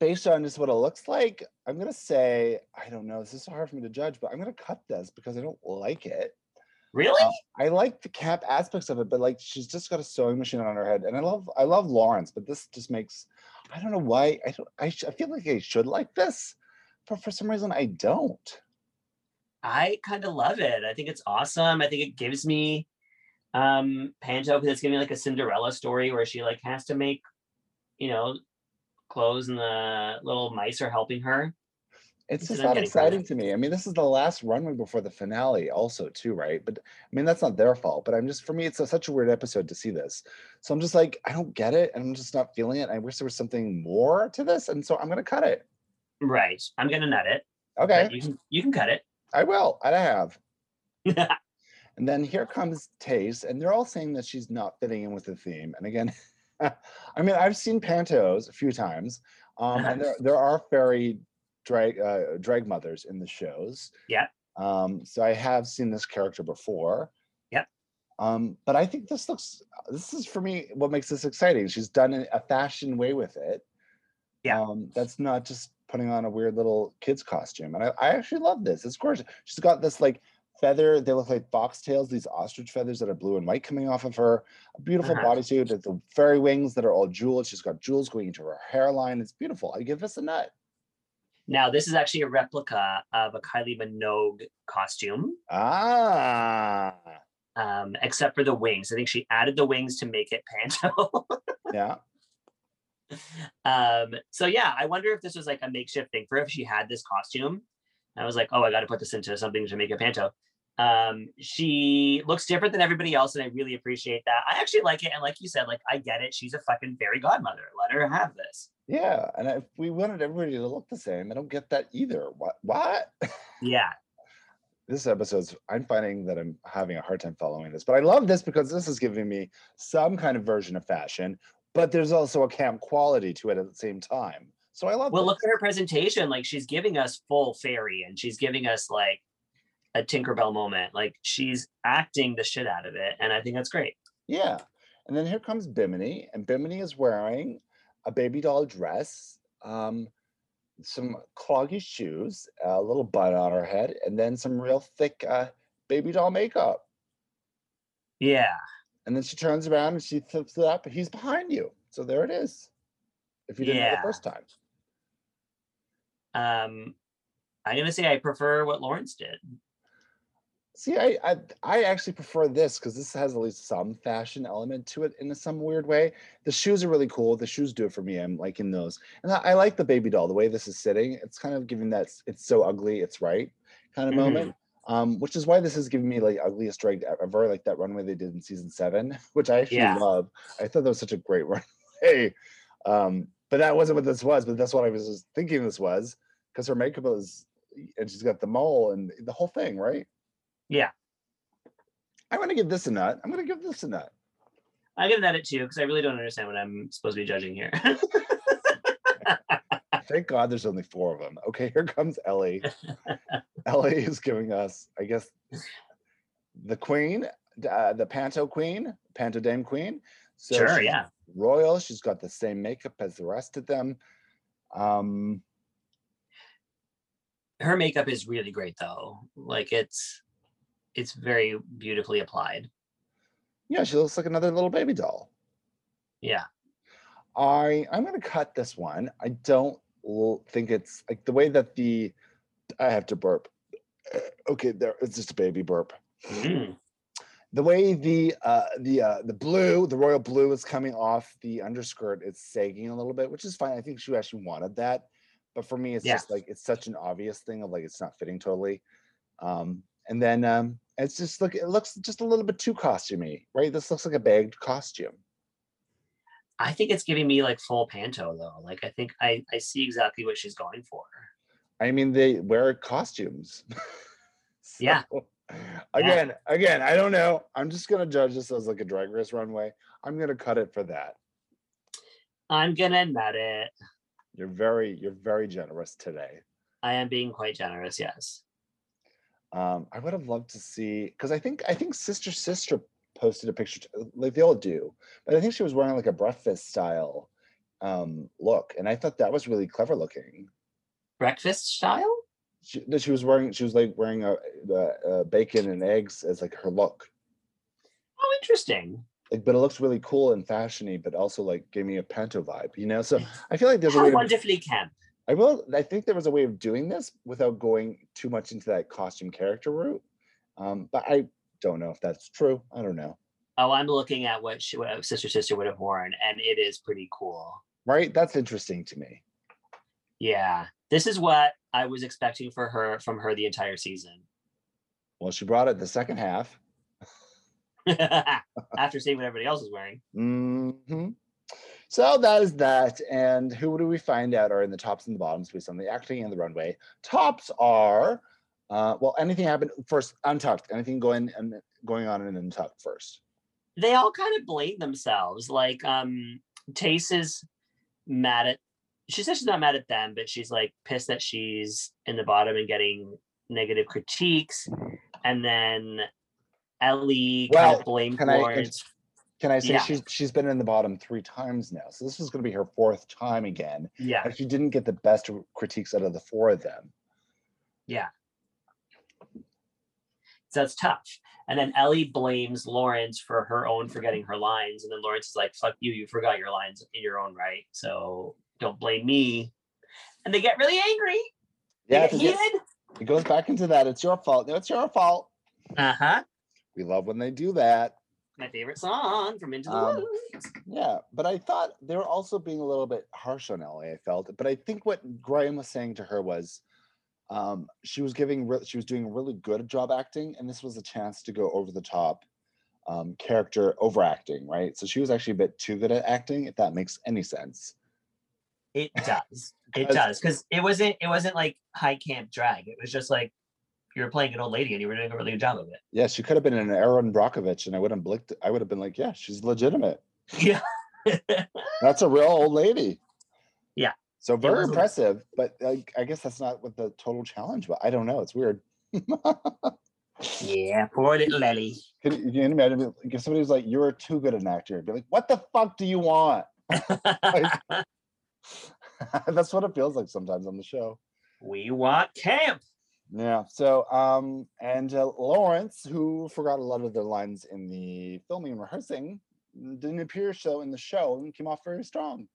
Speaker 1: based on just what it looks like, I'm gonna say I don't know. This is hard for me to judge, but I'm gonna cut this because I don't like it.
Speaker 2: really?
Speaker 1: I like the cap aspects of it, but like she's just got a sewing machine on her head, and I love I love Lawrence, but this just makes I don't know why I don't I, sh- I feel like I should like this, but for some reason I don't.
Speaker 2: I kind of love it. I think it's awesome. I think it gives me um Panto because it's giving me like a Cinderella story where she like has to make, you know, clothes and the little mice are helping her.
Speaker 1: It's
Speaker 2: It's
Speaker 1: just
Speaker 2: an
Speaker 1: not
Speaker 2: uncanny valley.
Speaker 1: exciting to me. I mean, this is the last runway before the finale, also too, right? But I mean, that's not their fault. But I'm just for me, it's a- such a weird episode to see this. So I'm just like, I don't get it, and I'm just not feeling it. I wish there was something more to this, and so I'm gonna cut it.
Speaker 2: Right. I'm gonna nut it. but
Speaker 1: Okay,
Speaker 2: You can you can cut it.
Speaker 1: I will. I have. And then here comes Taste, and they're all saying that she's not fitting in with the theme. And again, I mean, I've seen pantos a few times, um, and there, there are fairy drag uh, drag mothers in the shows.
Speaker 2: Yeah.
Speaker 1: Um, so I have seen this character before.
Speaker 2: Yeah.
Speaker 1: Um, but I think this looks. This is for me what makes this exciting. She's done it a fashion way with it.
Speaker 2: Yeah.
Speaker 1: Um, that's not just putting on a weird little kid's costume. And I, I actually love this. It's gorgeous. She's got this like feather. They look like foxtails, these ostrich feathers that are blue and white coming off of her. A beautiful
Speaker 2: Uh-huh.
Speaker 1: bodysuit. with The fairy wings that are all jeweled. She's got jewels going into her hairline. It's beautiful. I give this a nut.
Speaker 2: Now this is actually a replica of a Kylie Minogue costume,
Speaker 1: Ah.
Speaker 2: um, except for the wings. I think she added the wings to make it Panto.
Speaker 1: Yeah.
Speaker 2: um, so yeah, I wonder if this was like a makeshift thing for her, if she had this costume. I was like, oh, I got to put this into something to make a Panto. Um, she looks different than everybody else, and I really appreciate that. I actually like it, and like you said, like I get it. She's a fucking fairy godmother. Let her have this.
Speaker 1: Yeah. And if we wanted everybody to look the same, I don't get that either. What? What?
Speaker 2: Yeah,
Speaker 1: this episode's i'm finding that i'm having a hard time following this but i love this because this is giving me some kind of version of fashion but there's also a camp quality to it at the same time so i love
Speaker 2: Well,
Speaker 1: this.
Speaker 2: look at her presentation. Like she's giving us full fairy and she's giving us like a Tinkerbell moment. Like she's acting the shit out of it. And I think that's great.
Speaker 1: yeah and then here comes bimini and bimini is wearing a baby doll dress um some cloggy shoes a little bun on her head and then some real thick uh baby doll makeup
Speaker 2: Yeah.
Speaker 1: And then she turns around and she flips it up. and He's behind you. So there it is. If you didn't know
Speaker 2: Yeah.
Speaker 1: the first time.
Speaker 2: Um, I'm gonna say I prefer what Lawrence did.
Speaker 1: See, I I, I actually prefer this because this has at least some fashion element to it in some weird way. The shoes are really cool. The shoes do it for me. I'm liking those. And I, I like the baby doll, the way this is sitting. It's kind of giving that s- it's so ugly, it's right kind of
Speaker 2: Mhm.
Speaker 1: moment. Um, which is why this is giving me like ugliest drag e-, ever, like that runway they did in season seven, which I actually
Speaker 2: Yeah.
Speaker 1: love. I thought that was such a great runway. Um, but that wasn't what this was, but that's what I was just thinking this was, because her makeup is and she's got the mole and the whole thing, right? I'm gonna give this a nut. I'm gonna give this a nut.
Speaker 2: I give that it too because I really don't understand what I'm supposed to be judging here.
Speaker 1: Thank God there's only four of them. Okay, here comes Ellie. Ellie is giving us, I guess, the queen, d- uh, the panto queen, panto dame queen. So
Speaker 2: sure,
Speaker 1: she's
Speaker 2: yeah.
Speaker 1: Royal. She's got the same makeup as the rest of them. Um,
Speaker 2: Her makeup is really great though. Like it's it's very beautifully applied.
Speaker 1: yeah, she looks like another little baby doll.
Speaker 2: Yeah.
Speaker 1: I I'm gonna cut this one. I don't l- think it's like the way that the I have to burp. Uh, Okay, there it's just a baby burp.
Speaker 2: Mm.
Speaker 1: the way the uh the uh the blue the royal blue is coming off the underskirt it's sagging a little bit which is fine i think she actually wanted that but for me it's
Speaker 2: Yeah.
Speaker 1: just like it's such an obvious thing of like it's not fitting totally um and then um it's just look it looks just a little bit too costumey right this looks like a bagged costume
Speaker 2: I think it's giving me like full panto though. Like I think I I see exactly what she's going for.
Speaker 1: I mean, they wear costumes. So,
Speaker 2: Yeah.
Speaker 1: Again, again, I don't know. I'm just gonna judge this as like a drag race runway. I'm gonna cut it for that.
Speaker 2: I'm gonna nut it.
Speaker 1: You're very, you're very generous today.
Speaker 2: I am being quite generous. Yes.
Speaker 1: Um, I would have loved to see because I think I think Sister Sister posted a picture t- like they all do, but I think she was wearing like a breakfast style um look, and I thought that was really clever looking.
Speaker 2: Breakfast style?
Speaker 1: She, that she was wearing she was like wearing a, a, a bacon and eggs as like her look,
Speaker 2: Oh, interesting.
Speaker 1: like, but it looks really cool and fashiony, but also like gave me a panto vibe, you know. So I feel like there's a
Speaker 2: How
Speaker 1: way. to-
Speaker 2: wonderfully camp.
Speaker 1: I will. I think there was a way of doing this without going too much into that costume character route, um, but I don't know if that's true. I don't know.
Speaker 2: Oh, I'm looking at what, she, what Sister Sister would have worn, and it is pretty cool.
Speaker 1: Right? That's interesting to me.
Speaker 2: Yeah, this is what I was expecting for her from her the entire season.
Speaker 1: Well, she brought it the
Speaker 2: Mm.
Speaker 1: second half.
Speaker 2: After seeing what everybody else is wearing,
Speaker 1: hmm So that is that. And who do we find out are in the tops and the bottoms based on the acting and the runway? Tops are, uh, well, anything happened first untucked. Anything going and going on in untucked first.
Speaker 2: they all kind of blame themselves. Like, um, Tace is mad at. She says she's not mad at them, but she's like pissed that she's in the bottom and getting negative critiques. And then Ellie kind
Speaker 1: Well,
Speaker 2: of blames
Speaker 1: can I-
Speaker 2: Florence.
Speaker 1: Can I say
Speaker 2: Yeah.
Speaker 1: she's she's been in the bottom three times now? So this is going to be her fourth time again.
Speaker 2: yeah,
Speaker 1: And she didn't get the best critiques out of the four of them.
Speaker 2: so that's tough. And then Ellie blames Lawrence for her own forgetting her lines. And then Lawrence is like, fuck you, you forgot your lines in your own right. So don't blame me. And they get really angry. They
Speaker 1: Yeah,
Speaker 2: get
Speaker 1: it goes-
Speaker 2: heated.
Speaker 1: it goes back into that. It's your fault. No, it's your fault.
Speaker 2: Uh huh.
Speaker 1: We love when they do that.
Speaker 2: My favorite song from Into the
Speaker 1: Um,
Speaker 2: Woods.
Speaker 1: Yeah, but I thought they were also being a little bit harsh on Ellie. I felt, but I think what Graham was saying to her was, um, she was giving, re- she was doing a really good job acting, and this was a chance to go over the top, um, character overacting, right? So she was actually a bit too good at acting, if that makes any sense.
Speaker 2: It does. It
Speaker 1: 'Cause-
Speaker 2: does. Because it wasn't it wasn't like high camp drag. It was just like you were playing an old lady and you were doing a really good job of it.
Speaker 1: Yeah, she could have been an Aaron Brockovich, and I would have blinked. I would have been like, yeah, she's legitimate.
Speaker 2: Yeah.
Speaker 1: That's a real old lady.
Speaker 2: Yeah.
Speaker 1: So very
Speaker 2: was a-
Speaker 1: impressive, but like, I guess that's not what the total challenge was. I don't know. It's weird.
Speaker 2: yeah, poor little Ellie.
Speaker 1: Can you, can you imagine if- like, if somebody was like, "You're too good an actor"? Be like, "What the fuck do you want?" That's what it feels like sometimes on the show.
Speaker 2: we want camp.
Speaker 1: Yeah. So, um, and uh, Lawrence, who forgot a lot of their lines in the filming and rehearsing, n- didn't appear so in the show and came off very strong.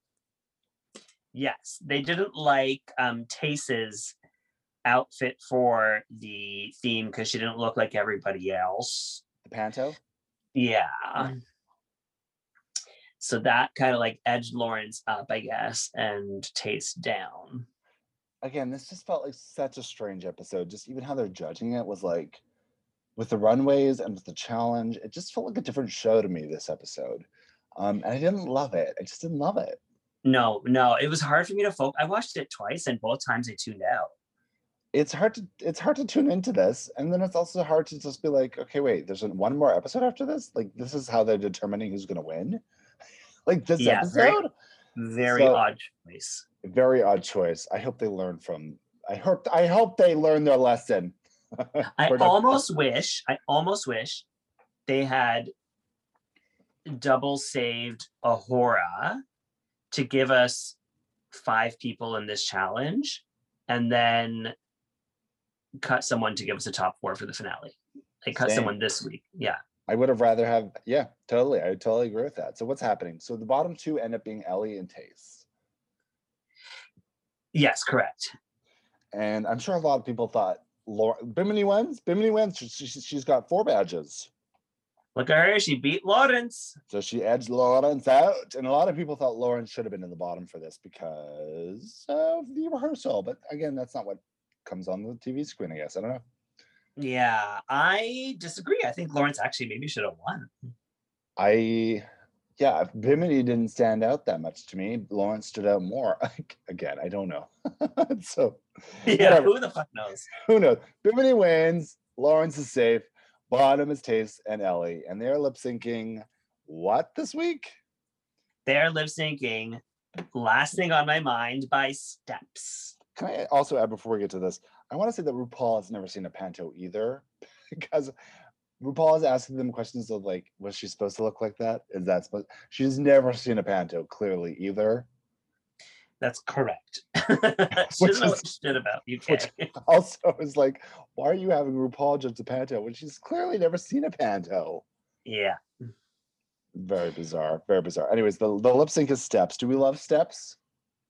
Speaker 2: Yes, they didn't like um Tace's outfit for the theme because she didn't look like everybody else.
Speaker 1: The panto.
Speaker 2: Yeah. So that kind of like edged Lawrence up, I guess, and Tace down.
Speaker 1: Again, this just felt like such a strange episode. Just even how they're judging it was like, with the runways and with the challenge, it just felt like a different show to me. This episode, um, and I didn't love it. I just didn't love it.
Speaker 2: No, no, it was hard for me to focus. I watched it twice, and both times I tuned out.
Speaker 1: it's hard to it's hard to tune into this and then it's also hard to just be like okay wait there's an- one more episode after this like this is how they're determining who's going to win like this
Speaker 2: Yeah,
Speaker 1: episode
Speaker 2: very- Very
Speaker 1: So-
Speaker 2: odd choice.
Speaker 1: very odd choice i hope they learn from i hope i hope they learn their lesson
Speaker 2: I
Speaker 1: We're not-
Speaker 2: almost wish, I almost wish they had double saved Ahura to give us five people in this challenge and then cut someone to give us a top four for the finale. They cut
Speaker 1: Same.
Speaker 2: someone this week. Yeah.
Speaker 1: i would have rather have yeah totally i totally agree with that so what's happening so the bottom two end up being ellie and tace
Speaker 2: Yes, correct.
Speaker 1: and i'm sure a lot of people thought Laura, bimini wins bimini wins she, she, she's got four badges
Speaker 2: Look at her. She beat Lawrence.
Speaker 1: So she edged Lawrence out, and a lot of people thought Lawrence should have been in the bottom for this because of the rehearsal. But again, that's not what comes on the TV screen. I guess I don't know.
Speaker 2: Yeah, I disagree. I think Lawrence actually maybe should have won.
Speaker 1: I yeah, Bimini didn't stand out that much to me. Lawrence stood out more. Again, I don't know. so
Speaker 2: Yeah,
Speaker 1: Whatever.
Speaker 2: who the fuck knows?
Speaker 1: who knows? Bimini wins. Lawrence is safe. Bottom is Taste and Ellie, and they're lip syncing. What this week?
Speaker 2: They're lip syncing Last Thing on My Mind by Steps.
Speaker 1: Can I also add before we get to this? I want to say that RuPaul has never seen a panto either, because RuPaul is asking them questions of like, was she supposed to look like that? Is that supposed? She's never seen a panto clearly either.
Speaker 2: That's correct. she
Speaker 1: Which
Speaker 2: doesn't know
Speaker 1: is-
Speaker 2: what shit about UK.
Speaker 1: which- Also, is like, why are you having RuPaul judge a panto when she's clearly never seen a panto?
Speaker 2: yeah.
Speaker 1: Very bizarre. Very bizarre. Anyways, the, the lip sync is steps. Do we love steps?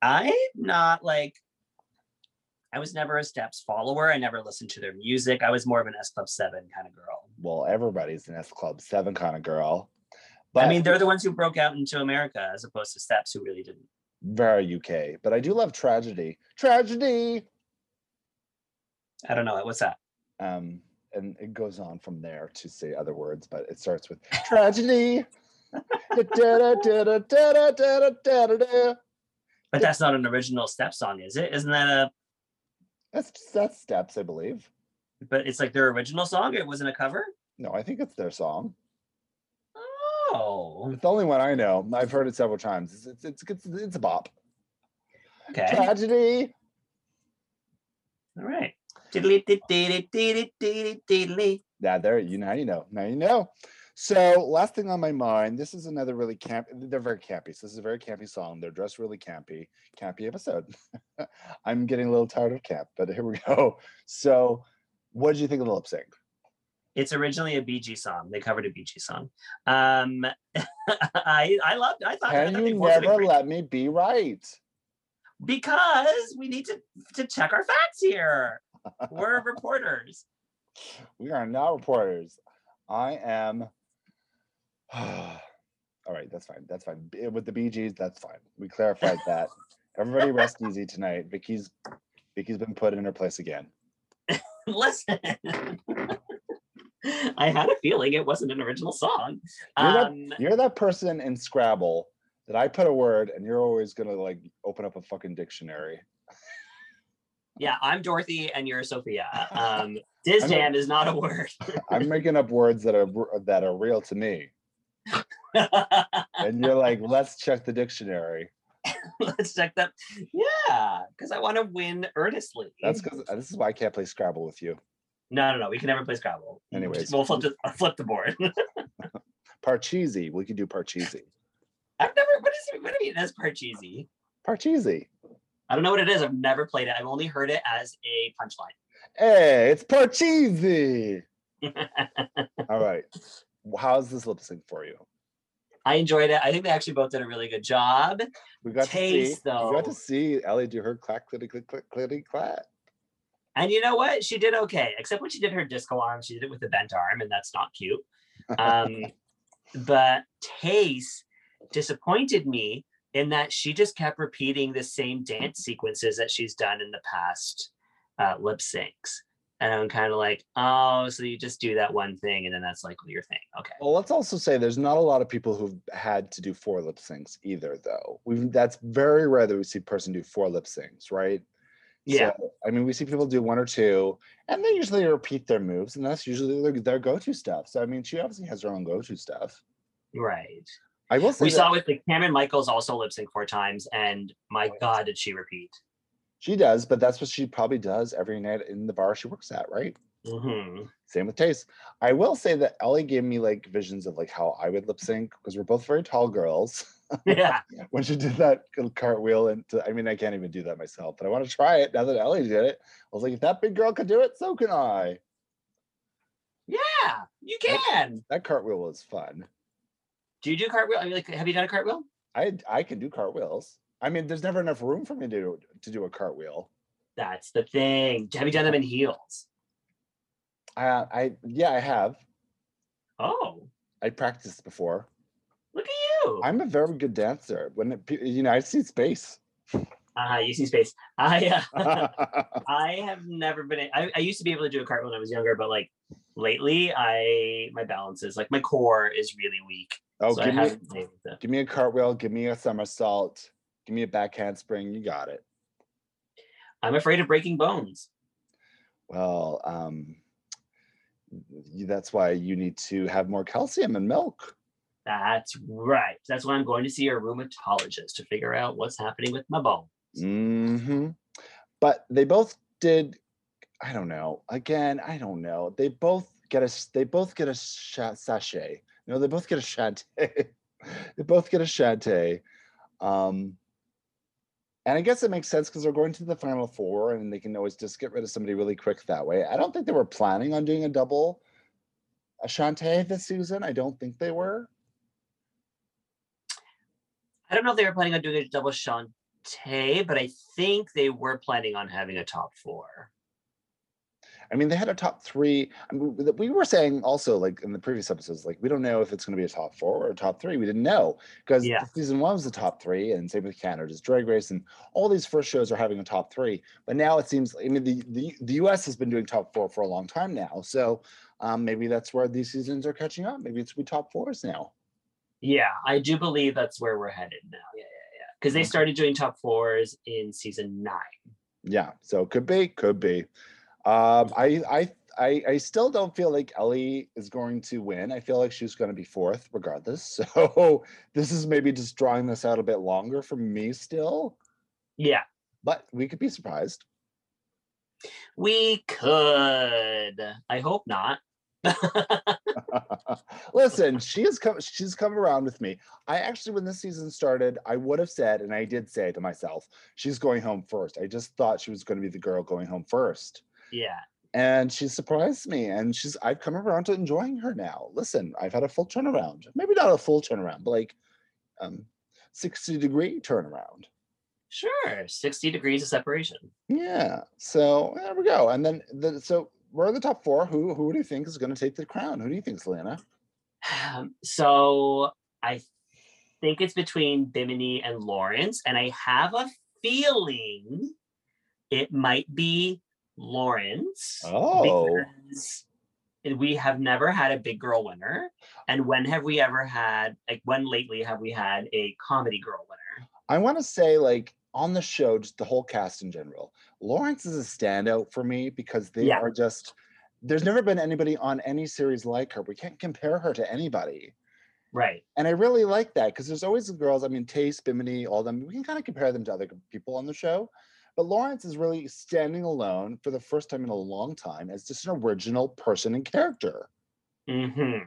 Speaker 2: I'm not like I was never a Steps follower. I never listened to their music. I was more of an S Club 7 kind of girl.
Speaker 1: well, everybody's an S Club Seven kind of girl. But
Speaker 2: I mean, they're the ones who broke out into America as opposed to Steps who really didn't.
Speaker 1: very UK. But I do love tragedy. Tragedy.
Speaker 2: I don't know. What's that?
Speaker 1: Um, and it goes on from there to say other words, but it starts with tragedy. Da-da-da-da-da-da-da-da-da-da.
Speaker 2: But that's not an original Steps song, is it? Isn't that a
Speaker 1: That's that's steps, I believe.
Speaker 2: but it's like their original song? It wasn't a cover?
Speaker 1: No, I think it's their song.
Speaker 2: Oh.
Speaker 1: It's the only one I know. I've heard it several times. It's it's it's, it's, it's a bop.
Speaker 2: Okay.
Speaker 1: Tragedy.
Speaker 2: All right. Diddly did diddly diddly diddly diddly.
Speaker 1: Yeah, there you now you know. Now you know. So last thing on my mind, this is another really camp. They're very campy. So this is a very campy song. They're dressed really campy, campy episode. I'm getting a little tired of camp, but here we go. So what did you think of the lip sync?
Speaker 2: It's originally a BG song. They covered a BG song. Um I I loved I thought, I
Speaker 1: Can
Speaker 2: thought they
Speaker 1: you
Speaker 2: both did a
Speaker 1: never
Speaker 2: great-
Speaker 1: let me be right?
Speaker 2: because we need to to check our facts here. We're reporters.
Speaker 1: We are not reporters. I am. All right, that's fine. That's fine. B- With the BGs, that's fine. We clarified that. Everybody rest easy tonight. Vicky's Vicky's been put in her place again.
Speaker 2: Listen. I had a feeling it wasn't an original song.
Speaker 1: You're not-
Speaker 2: Um,
Speaker 1: You're that person in Scrabble that I put a word and you're always gonna like open up a fucking dictionary.
Speaker 2: yeah, I'm Dorothy and you're Sophia. Um, Diz
Speaker 1: I'm a-
Speaker 2: jam is not a word.
Speaker 1: I'm making up words that are r- that are real to me, and you're like, let's check the dictionary.
Speaker 2: Let's check that. Yeah, because I want to win earnestly.
Speaker 1: That's because this is why I can't play Scrabble with you.
Speaker 2: no, no, no. We can never play Scrabble.
Speaker 1: Anyways.
Speaker 2: we'll flip the, flip the board.
Speaker 1: Parcheesi, we could do Parcheesi.
Speaker 2: I've never. What is it? What do you mean? That's Parcheesi.
Speaker 1: Parcheesi.
Speaker 2: I don't know what it is. I've never played it. I've only heard it as a punchline.
Speaker 1: Hey, it's Parcheesi. All right. W- How's this lip sync for you?
Speaker 2: I enjoyed it. I think they actually both did a really good job.
Speaker 1: We got to see.
Speaker 2: Taste,
Speaker 1: We got
Speaker 2: though.
Speaker 1: to see Ellie do her clack, clitty, click, click, clitty, clack.
Speaker 2: And you know what? She did okay, except when she did her disco arm. She did it with the bent arm, and that's not cute. Um, but Tace disappointed me in that she just kept repeating the same dance sequences that she's done in the past uh, lip syncs. And I'm kind of like, oh, so you just do that one thing, and then that's like your thing. Okay.
Speaker 1: Well, let's also say there's not a lot of people who've had to do four lip syncs either, though. We've that's very rare that we see a person do four lip syncs, right?
Speaker 2: Yeah.
Speaker 1: So, I mean, we see people do one or two, and they usually repeat their moves, and that's usually their, their go-to stuff. So, I mean, she obviously has her own go-to stuff.
Speaker 2: Right.
Speaker 1: I will say
Speaker 2: We
Speaker 1: that
Speaker 2: saw with like Cameron Michaels also lip sync four times, and my
Speaker 1: Right.
Speaker 2: God, did she repeat?
Speaker 1: she does, but that's what she probably does every night in the bar she works at, right?
Speaker 2: hmm
Speaker 1: Same with taste. I will say that Ellie gave me like visions of like how I would lip sync because we're both very tall girls.
Speaker 2: Yeah.
Speaker 1: when she did that little cartwheel and to, I mean I can't even do that myself, but I want to try it now that Ellie did it. I was like, if that big girl could do it, so can I.
Speaker 2: Yeah, you can.
Speaker 1: That cartwheel was fun.
Speaker 2: Do you do cartwheel? I mean, like, have you done a cartwheel?
Speaker 1: I I can do cartwheels. I mean, there's never enough room for me to do- to do a cartwheel.
Speaker 2: That's the thing. Have you done them in heels?
Speaker 1: I I yeah I have.
Speaker 2: Oh,
Speaker 1: I practiced before.
Speaker 2: look at you.
Speaker 1: I'm a very good dancer. When it, pe- you know, I see space.
Speaker 2: Uh, you see space. I uh,
Speaker 1: I
Speaker 2: I have never been. a- I, I used to be able to do a cartwheel when I was younger, but like lately, I my balance is like my core is really weak,
Speaker 1: Oh,
Speaker 2: so I
Speaker 1: give me
Speaker 2: haven't saved them.
Speaker 1: give me a cartwheel, give me a somersault, give me a back handspring. You got it.
Speaker 2: I'm afraid of breaking bones.
Speaker 1: Well, um, y- that's why you need to have more calcium and milk.
Speaker 2: That's right. That's why I'm going to see a rheumatologist to figure out what's happening with my bone.
Speaker 1: hmm But they both did. I don't know. Again, I don't know. They both get a. s- They both get a sha- sachet. No, they both get a shante. they both get a shante. Um, and I guess it makes sense because they're going to the final four, and they can always just get rid of somebody really quick that way. I don't think they were planning on doing a double a shante this season. I don't think they were.
Speaker 2: I don't know if they were planning on doing a double Shantae, but I think they were planning on having a top four.
Speaker 1: I mean, they had a top three. I mean, we- we were saying also, like in the previous episodes, like we don't know if it's going to be a top four or a top three. We didn't know because
Speaker 2: Yeah.
Speaker 1: season one was the top three, and same with Canada's Drag Race, and all these first shows are having a top three. But now it seems, I mean, the the, the U.S. has been doing top four for a long time now, so um, maybe that's where these seasons are catching up. Maybe it's we top fours now.
Speaker 2: Yeah, I do believe that's where we're headed now. Yeah, yeah, yeah. Because they
Speaker 1: Okay.
Speaker 2: started doing top fours in season nine.
Speaker 1: Yeah, so could be, could be. Um, I I. I, I still don't feel like Ellie is going to win. I feel like she's going to be fourth, regardless. So this is maybe just drawing this out a bit longer for me still,
Speaker 2: Yeah,
Speaker 1: but we could be surprised.
Speaker 2: we could. I hope not.
Speaker 1: Listen, she has come. She's come around with me. I actually, when this season started, I would have said, and I did say to myself, she's going home first. I just thought she was going to be the girl going home first.
Speaker 2: yeah,
Speaker 1: and she surprised me and she's i've come around to enjoying her now listen i've had a full turnaround maybe not a full turnaround but like um 60 degree turnaround
Speaker 2: sure. 60 degrees of separation.
Speaker 1: yeah so there we go and then the, so we're in the top four who who do you think is going to take the crown who do you think is lana
Speaker 2: Um, so I think it's between Bimini and Lawrence, and I have a feeling it might be Lawrence.
Speaker 1: Oh.
Speaker 2: because we have never had a big girl winner. And when have we ever had, like, when lately have we had a comedy girl winner?
Speaker 1: i want to say like on the show just the whole cast in general lawrence is a standout for me because they
Speaker 2: Yeah.
Speaker 1: are just there's never been anybody on any series like her we can't compare her to anybody
Speaker 2: Right.
Speaker 1: And I really like that because there's always the girls. I mean, Tay, Bimini, all them. We can kind of compare them to other people on the show. But Lawrence is really standing alone for the first time in a long time as just an original person and character.
Speaker 2: hmm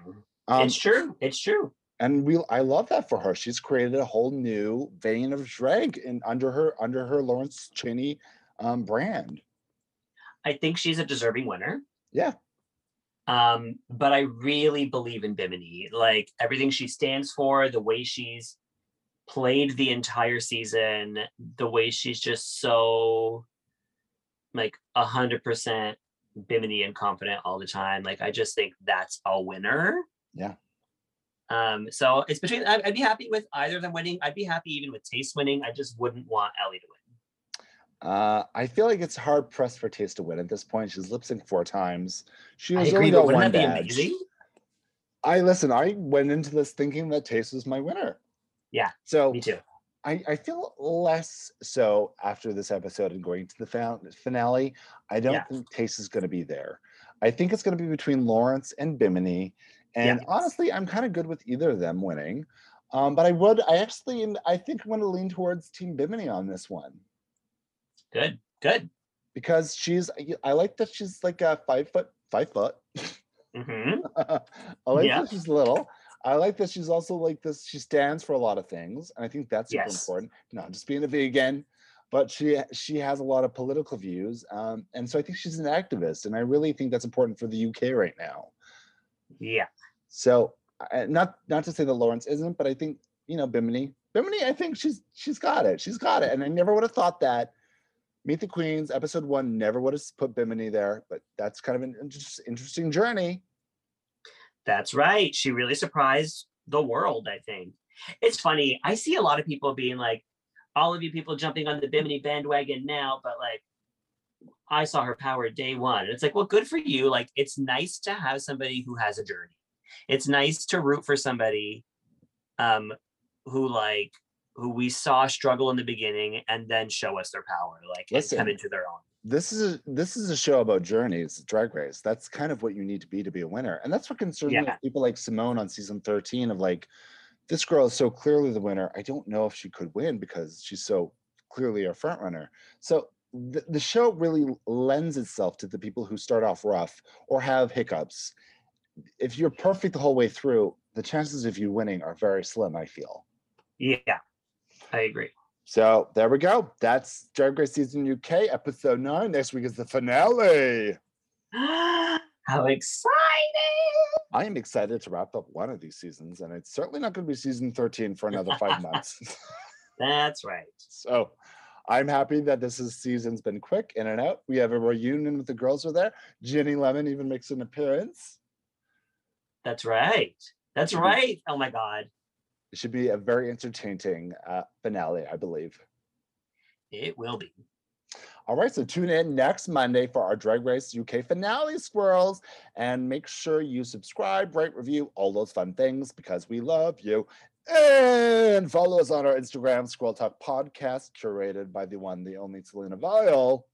Speaker 1: Um,
Speaker 2: it's true. It's true.
Speaker 1: and we, I love that for her. She's created a whole new vein of drag in under her under her Lawrence Cheney um, brand.
Speaker 2: I think she's a deserving winner.
Speaker 1: Yeah.
Speaker 2: Um, but I really believe in Bimini. Like everything she stands for, the way she's played the entire season, the way she's just so like a hundred percent Bimini and confident all the time. Like I just think that's a winner.
Speaker 1: Yeah.
Speaker 2: Um, so it's between I'd, I'd be happy with either of them winning. I'd be happy even with Taste winning. I just wouldn't want Ellie to win.
Speaker 1: Uh, I feel like it's hard pressed for Taste to win at this point. She's lip synced four times. She
Speaker 2: I
Speaker 1: was
Speaker 2: agree,
Speaker 1: only
Speaker 2: but
Speaker 1: got
Speaker 2: wouldn't
Speaker 1: one
Speaker 2: that be
Speaker 1: badge.
Speaker 2: amazing?
Speaker 1: I listen, I went into this thinking that Taste was my winner.
Speaker 2: Yeah,
Speaker 1: So
Speaker 2: Me too.
Speaker 1: I, I feel less so after this episode and going to the fin- finale. I don't
Speaker 2: Yeah.
Speaker 1: think Taste is going to be there. I think it's going to be between Lawrence and Bimini. And
Speaker 2: Yes.
Speaker 1: honestly, I'm kind of good with either of them winning. Um, but I would, I actually, am- I think I'm going to lean towards Team Bimini on this one
Speaker 2: Good, good.
Speaker 1: because she's, I- I like that she's like a five foot, five foot.
Speaker 2: hmm
Speaker 1: I like
Speaker 2: Yeah.
Speaker 1: that she's little. I like that she's also like this. She stands for a lot of things, and I think that's super
Speaker 2: Yes.
Speaker 1: important. Not just being a vegan, but she she has a lot of political views, um, and so I think she's an activist, and I really think that's important for the UK right now.
Speaker 2: Yeah.
Speaker 1: So, I- not not to say that Lawrence isn't, but I think you know Bimini. Bimini, I think she's she's got it. She's got it, and I never would have thought that. Meet the Queens, episode one, never would have put Bimini there, but that's kind of an inter- interesting journey.
Speaker 2: That's right. She really surprised the world, I think. It's funny. I see a lot of people being like, all of you people jumping on the Bimini bandwagon now, but like, I saw her power day one. And it's like, well, good for you. Like, it's nice to have somebody who has a journey. It's nice to root for somebody um, who like who we saw struggle in the beginning and then show us their power, like and
Speaker 1: Listen.
Speaker 2: come into their own.
Speaker 1: This is a, this is a show about journeys, drag race. That's kind of what you need to be to be a winner, and that's what concerns me
Speaker 2: Yeah.
Speaker 1: with people like Simone on season thirteen. Of like, this girl is so clearly the winner. I don't know if she could win because she's so clearly a front runner. So the, the show really lends itself to the people who start off rough or have hiccups. If you're perfect the whole way through, the chances of you winning are very slim. I feel.
Speaker 2: Yeah, I agree.
Speaker 1: So there we go. That's Drag Race Season UK, episode nine. Next week is the finale.
Speaker 2: How exciting!
Speaker 1: I am excited to wrap up one of these seasons, and it's certainly not going to be season 13 for another five months.
Speaker 2: That's right.
Speaker 1: so I'm happy that this is, season's been quick in and out. We have a reunion with the girls who are there. Ginny Lemon even makes an appearance.
Speaker 2: That's right. That's
Speaker 1: Mhm.
Speaker 2: right. Oh my god,
Speaker 1: It should be a very entertaining uh, finale, I believe.
Speaker 2: it will be.
Speaker 1: All right, so tune in next Monday for our Drag Race UK finale, squirrels, and make sure you subscribe, rate, review, all those fun things because we love you. And follow us on our Instagram, Squirrel Talk Podcast, curated by the one, the only Selena Vile.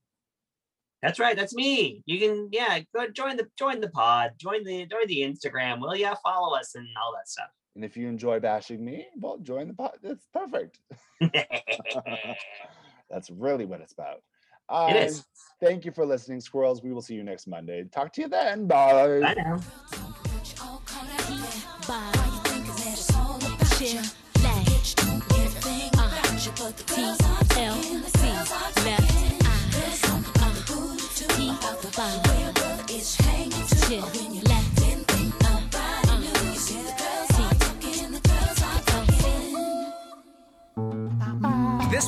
Speaker 2: That's right. That's me. You can yeah go join the join the pod, join the join the Instagram. Will yeah follow us and all that
Speaker 1: And if you enjoy bashing me, well, join the pod. It's perfect.
Speaker 2: stuff.
Speaker 1: That's really what it's about. Um,
Speaker 2: it is.
Speaker 1: Thank you for listening, squirrels. We will see you next Monday. Talk to you then. Bye.
Speaker 2: I know.
Speaker 4: This